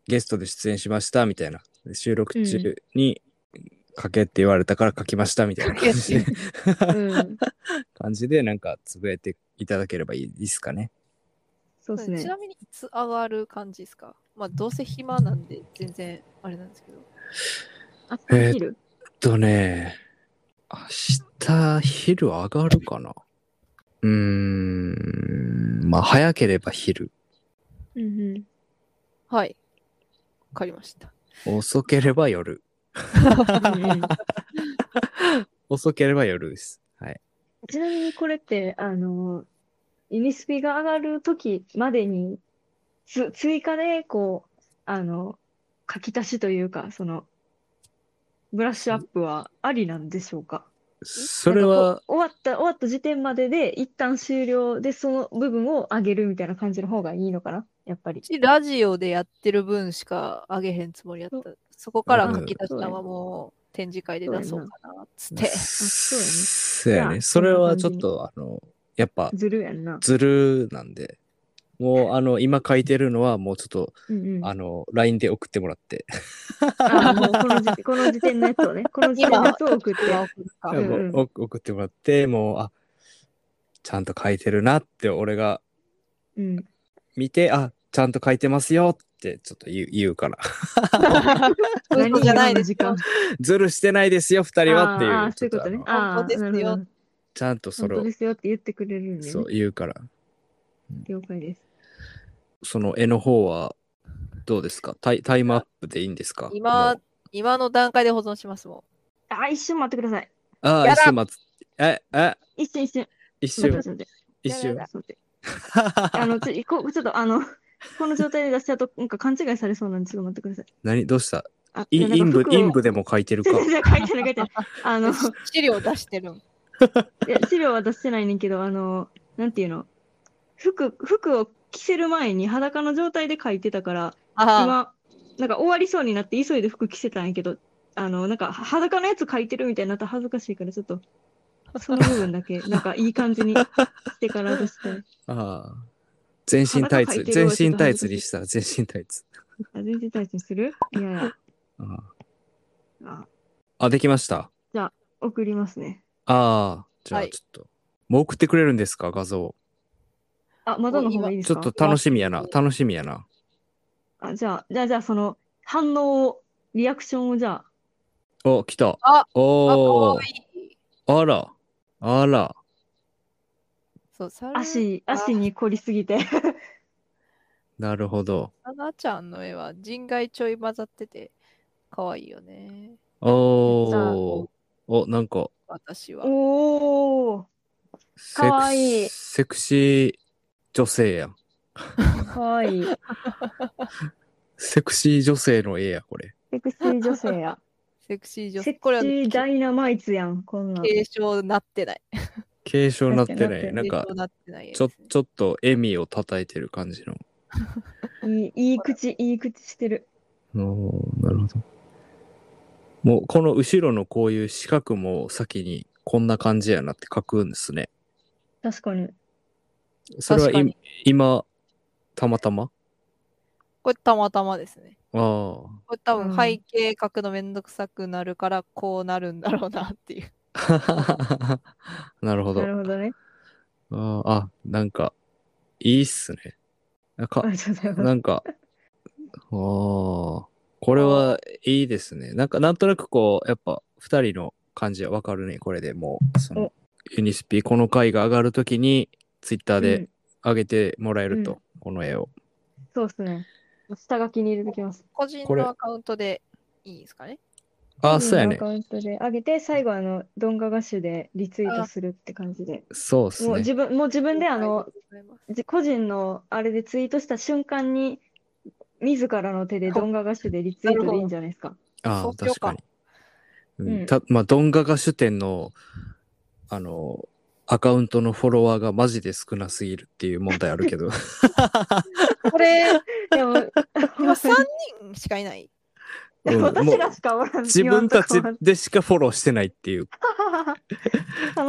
Speaker 2: ゲストで出演しましたみたいな。で収録中に書けって言われたから書きましたみたいな感じで、
Speaker 5: うん。
Speaker 2: 感じでなんかつぶえていただければいいですかね。
Speaker 5: そうです
Speaker 3: ち
Speaker 5: ね
Speaker 3: な。みにいつ上がる感じですかまあ、どうせ暇なんで、全然あれなんですけど。
Speaker 5: あ、できる
Speaker 2: とね、明日昼上がるかなうーん、まあ早ければ昼、
Speaker 5: うんうん。
Speaker 3: はい。わかりました。
Speaker 2: 遅ければ夜、
Speaker 5: うんうん
Speaker 2: 遅ければ夜です。はい。
Speaker 5: ちなみにこれって、あの、ユニスピが上がる時までに、つ、追加で、こう、あの、書き足しというか、その、ブラッシュアップはありなんでしょうか
Speaker 2: それ
Speaker 5: なん
Speaker 2: は
Speaker 5: か、こう終わった、終わった時点までで、一旦終了で、その部分を上げるみたいな感じの方がいいのかなやっぱり
Speaker 3: う。ちラジオでやってる分しか上げへんつもりやった。そこから書き出したままもう展示会で出そうかな、つって。
Speaker 5: そうやね
Speaker 2: そう
Speaker 5: じ
Speaker 2: や
Speaker 5: ゃあ
Speaker 2: ね。それはち
Speaker 5: そ
Speaker 2: ょ
Speaker 5: ん
Speaker 2: っ
Speaker 5: な
Speaker 2: と、あの、やっぱ、
Speaker 5: ずるやんな。
Speaker 2: ずるなんで、もう、あの、今書いてるのは、もうちょっと、
Speaker 5: うんうん。
Speaker 2: あの、LINE で送ってもらって、
Speaker 5: あもうこの時、この時点のやつをね、この時点のやつを送って。
Speaker 3: 今送る か
Speaker 5: うんうん
Speaker 2: お送ってもらって、もう、あ、ちゃんと書いてるなって、俺が
Speaker 5: うん。
Speaker 2: 見て、あ、ちゃんと書いてますよって、ちょっと言う言うから、
Speaker 5: 何
Speaker 3: 嘘じゃない
Speaker 5: 今
Speaker 3: で
Speaker 5: の
Speaker 3: す
Speaker 5: 時
Speaker 3: よ
Speaker 5: 間。
Speaker 2: ずるしてないですよ、二人はっていう、
Speaker 5: あーあー、そういうこと
Speaker 2: ちょ
Speaker 5: ね
Speaker 2: っ。とあの
Speaker 5: ああ、
Speaker 3: 本当ですよ
Speaker 5: なるほど
Speaker 2: ちゃんとそ
Speaker 5: 本
Speaker 2: れ
Speaker 5: 当
Speaker 2: を
Speaker 5: で、すよって言ってくれるんでね
Speaker 2: そう、言うから、
Speaker 5: 了解です。
Speaker 2: その絵の方はどうですかタイタイムアップでいいんですか
Speaker 3: 今
Speaker 2: もう、
Speaker 3: 今の段階で保存しますもん。
Speaker 5: あ、一瞬待ってください。
Speaker 2: ああ、
Speaker 3: や
Speaker 2: 一
Speaker 3: だ
Speaker 2: 瞬待つ。え、え、
Speaker 5: 一瞬一瞬。
Speaker 2: 一
Speaker 5: 待って
Speaker 2: 瞬、
Speaker 5: 待って
Speaker 2: 一瞬
Speaker 5: 待っ。て待って。あの、ちょ、いこうちょっとあの、この状態で出しちゃうと、なんか勘違いされそうなんで、ちょっと待ってください。
Speaker 2: 何どうした
Speaker 5: あ、
Speaker 2: イ
Speaker 5: いやなんか
Speaker 2: ン部、
Speaker 5: 服を
Speaker 2: イン部でも書いてるか
Speaker 5: 全。然書いてない書いてない。あの、い
Speaker 3: 資料出して るん。
Speaker 5: や資料は出してないねんけど、あの、なんていうの服、服を着せる前に裸の状態で書いてたから、
Speaker 3: ああ、
Speaker 5: 今、なんか終わりそうになって急いで服着せたんやけど、あの、なんか裸のやつ書いてるみたいになったら恥ずかしいから、ちょっと、その部分だ け、なんかいい感じにしてから出したい。
Speaker 2: ああ。全身タイツ、
Speaker 5: 裸書いてる
Speaker 2: 全
Speaker 5: わ
Speaker 2: 身タイツにしたら全身タイツ。
Speaker 5: あ、全然大事にするいやいや
Speaker 2: あ
Speaker 5: あ、
Speaker 2: あ、あできました。
Speaker 5: 送りますね。
Speaker 2: ああ、じゃあ
Speaker 3: はい
Speaker 2: ちょっと。もう送ってくれるんですか画像。
Speaker 5: あ、窓の方がいいで
Speaker 2: ち
Speaker 5: す
Speaker 2: ょっ
Speaker 5: か
Speaker 2: と楽しみやな。楽しみやな。
Speaker 5: あ、じゃあ、じゃあ、じゃあ、その、反応を、リアクションをじゃあ、
Speaker 2: お、来た。
Speaker 3: ああか
Speaker 2: お
Speaker 3: わ
Speaker 2: お。
Speaker 3: いい。
Speaker 2: あら。あら。
Speaker 3: そう、サル
Speaker 5: 足、足に凝りすぎて。
Speaker 2: なるほど。
Speaker 3: サナちゃんの絵は人外ちょい混ざってて、可愛いよね。
Speaker 2: お
Speaker 5: じゃあ
Speaker 2: お。お、なんか、
Speaker 3: 私は。
Speaker 5: おー、
Speaker 2: セ
Speaker 5: かわ
Speaker 2: ク
Speaker 5: いい
Speaker 2: シセクシー女性やん。
Speaker 5: かわいい。
Speaker 2: セクシー女性の絵や、これ。
Speaker 5: セクシー女性や。
Speaker 3: セクシー女
Speaker 5: セ
Speaker 3: 性。
Speaker 5: ク
Speaker 3: これは
Speaker 5: シーダ
Speaker 3: 継
Speaker 5: イナマイツやん、こんなん。
Speaker 3: 承なってない。
Speaker 2: 継承になってな
Speaker 5: 確か
Speaker 2: い。
Speaker 5: に
Speaker 2: な
Speaker 5: なん
Speaker 3: 継
Speaker 2: か、
Speaker 3: 承なってない絵です
Speaker 2: ちょ、ちょっと笑みを叩いてる感じの。
Speaker 5: いい、いい口、いい口してる。
Speaker 2: おーなるほど。もう、この後ろのこういう四角も先にこんな感じやなって書くんですね。
Speaker 5: 確かに。
Speaker 2: それはい
Speaker 3: 確かに
Speaker 2: 今、たまたま
Speaker 3: これたまたまですね。
Speaker 2: ああ。
Speaker 3: これ多
Speaker 5: う
Speaker 3: 分
Speaker 5: ん
Speaker 3: 背景描くのめんどくさくなるから、こうなるんだろうなっていう。
Speaker 2: なるほど。
Speaker 5: なるほどね。
Speaker 2: あーあ、なんか、いいっすね。なんか
Speaker 5: あ、りがとうございます。
Speaker 2: なんか、ああ、これはいいですね。なんか、なんとなくこう、やっぱ、二人の感じはわかるね。これでもう、その
Speaker 5: お、
Speaker 2: ユニスピ、この回が上がるときに、ツイッター
Speaker 5: う
Speaker 2: で
Speaker 5: ん
Speaker 2: 上げてもらえると、
Speaker 5: うん
Speaker 2: この絵を。
Speaker 5: そうっすね。下書きに入れてきます。
Speaker 3: 個人
Speaker 2: これ
Speaker 3: のアカウントでいいですかね。
Speaker 2: あ
Speaker 5: 個
Speaker 2: あ、
Speaker 5: 人
Speaker 2: そうや
Speaker 5: の
Speaker 2: ね
Speaker 5: ア。カウントで上げて、最後、あの、ドンガガッシュでリツイートするって感じで。
Speaker 2: そうっす
Speaker 5: もう
Speaker 2: ね。
Speaker 5: 自分、もう自分で、あ
Speaker 3: りが
Speaker 5: の
Speaker 3: と、うございます、
Speaker 5: じ個人のあれでツイートした瞬間に、自らの手でドンガガッシュでリツイートでいいんじゃないですか。
Speaker 2: あ
Speaker 3: そ
Speaker 2: あ、
Speaker 3: うし
Speaker 2: 確
Speaker 3: ようか
Speaker 2: かに。うん
Speaker 5: うん
Speaker 2: たまあ、ドンガガ主店の、あの、アカウントのフォロワーがマジで少なすぎるっていう問題あるけど。
Speaker 3: これ、
Speaker 5: でも、
Speaker 3: 今3人しかいな
Speaker 2: う
Speaker 3: い。
Speaker 2: んも
Speaker 5: 私
Speaker 2: う
Speaker 5: らしかおらん。
Speaker 2: 自分た ちでしかフォローしてないっていう。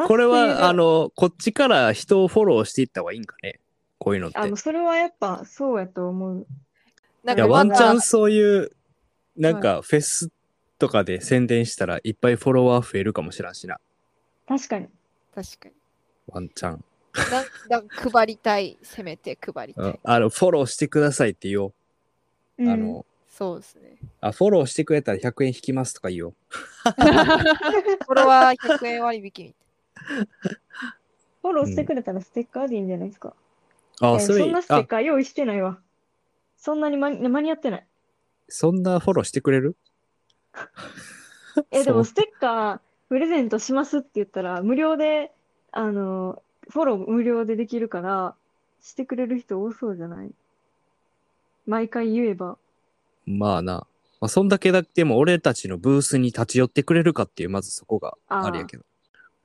Speaker 2: これは、あ
Speaker 5: の、
Speaker 2: の、こっちから人をフォローしていった方がいいんかね。こういうのって。
Speaker 5: あの、それはやっぱそうやと思う。
Speaker 3: なん
Speaker 2: いや、
Speaker 3: か
Speaker 2: ワ
Speaker 3: ま
Speaker 2: ン
Speaker 3: だ
Speaker 2: チャンそういう、なんかフェスとかで宣伝したらいっぱいフォロワー増えるかもしらんしな。
Speaker 5: 確かに。
Speaker 3: 確かに。
Speaker 2: ワンチャン。
Speaker 3: なんか配りたい。せめて配りた
Speaker 2: うん
Speaker 3: い。
Speaker 2: あの、フォローしてくださいって言おう。
Speaker 5: うん
Speaker 2: あの、
Speaker 3: そうですね。
Speaker 2: あ、フォローしてくれたら100円引きますとか言おう。
Speaker 3: フォロワー100円割引みたいな。
Speaker 5: フォローしてくれたらステッカーでいいんじゃないですか。
Speaker 2: あ、
Speaker 5: えー
Speaker 2: それい
Speaker 5: ん
Speaker 2: い
Speaker 5: なステ
Speaker 2: あ
Speaker 5: ッ、カー用意してないわ。そんなに間に間に合ってない。
Speaker 2: そんなフォローしてくれる
Speaker 5: え、で
Speaker 2: そう
Speaker 5: もステッカープレゼントしますって言ったら、無料で、あの、フォロー無料でできるから、してくれる人多そうじゃない毎回言えば。
Speaker 2: まあな。まあ、そんだけだっても俺たちのブースに立ち寄ってくれるかっていう、まずそこが
Speaker 5: あー
Speaker 2: あるやけど。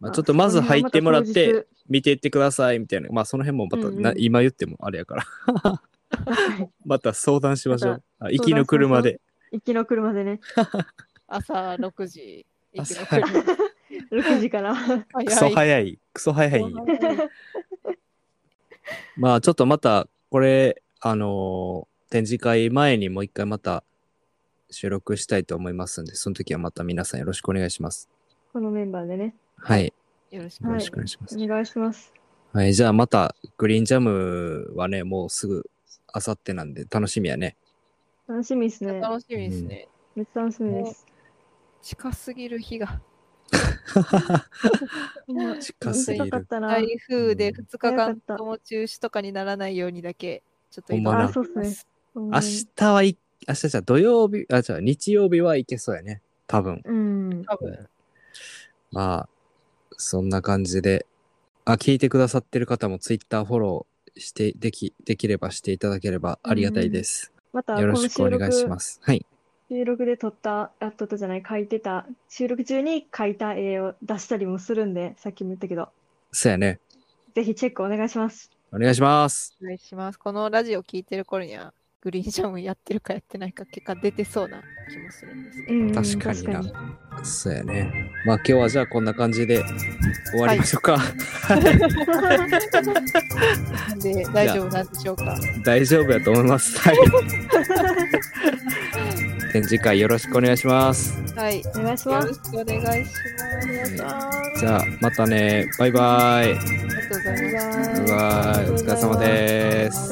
Speaker 2: まあ、ちょっとまず入ってもらって、、見ていってくださいみたいな。まあその辺もまた、
Speaker 5: うんうん
Speaker 2: な今言ってもあれやから。
Speaker 5: それはま
Speaker 2: また
Speaker 5: た当日
Speaker 2: 相談しましょ
Speaker 5: ま
Speaker 2: う。あ行きの車で。
Speaker 5: 行きの車でね、
Speaker 3: 朝6時。息の
Speaker 2: 朝
Speaker 3: 車
Speaker 5: 6 時から。
Speaker 3: 早い
Speaker 2: クソ早い。クソ早いんよ。まあちょっとまた、これ、あのー展示会前にもう一回また収録したいと思いますんで、その時はまた皆さんよろしくお願いします。
Speaker 5: このメンバーでね、
Speaker 2: はい。よ
Speaker 3: よろしくお願
Speaker 5: は
Speaker 2: ろ
Speaker 3: い
Speaker 2: し
Speaker 3: し
Speaker 2: くお願いします。
Speaker 5: お願いします。
Speaker 2: はい、じゃあまた、グリーンジャムはね、もうすぐ、あさってなんで、楽しみやね。
Speaker 5: 楽しみです
Speaker 3: ます。
Speaker 5: ね。
Speaker 3: 楽しみですね。
Speaker 5: めっちゃ楽しみです。
Speaker 3: 近すぎる日が。
Speaker 2: 近すぎる
Speaker 5: 短かったな。
Speaker 3: 台風で2日
Speaker 5: 早かっ
Speaker 3: 間
Speaker 5: た
Speaker 3: とも中止とかにならないようにだけ、ちょっと
Speaker 2: ほん
Speaker 3: 今
Speaker 2: ま
Speaker 5: あ、
Speaker 2: な
Speaker 5: そうっすね。
Speaker 2: 明日はい、明日じゃあ土曜日、あ、じゃあ日曜日は行けそうやね。多分。
Speaker 5: うん。
Speaker 3: 多分、
Speaker 2: まあ、そんな感じで。あ、聞いてくださってる方もツイッターフォローして、でき、できればしていただければありがたいです。
Speaker 5: また、こ
Speaker 2: よ
Speaker 5: の
Speaker 2: ろしく
Speaker 5: 収
Speaker 2: お願いし
Speaker 5: 録
Speaker 2: ま、す。はい。
Speaker 5: 収録で撮った、あ、撮ったじゃない、書いてた、収録中に書いた絵を出したりもするんで、さっきも言ったけど、
Speaker 2: そうやね。
Speaker 5: ぜひチェックお願いします。
Speaker 2: お願いします。
Speaker 3: お願いします。このラジオ聞いてる頃には、グリーンジャムやってるかやってないか結果出てそうな気もするんですけ
Speaker 5: う
Speaker 3: ど。
Speaker 5: ん、
Speaker 2: 確かにな そうやね。まあ今日はじゃあこんな感じで終わりましょうか。
Speaker 3: なんで、大丈夫なんでしょうか。
Speaker 2: 大丈夫やと思い ます。はい。展示会よろしくお願いします。
Speaker 3: はい。よ
Speaker 5: お願 いしま
Speaker 3: ろ
Speaker 5: す。
Speaker 3: しくお願いします。
Speaker 2: じゃあまたね。バイバイ。
Speaker 3: ありがとうございます。
Speaker 2: バイバイ。お疲れ様です。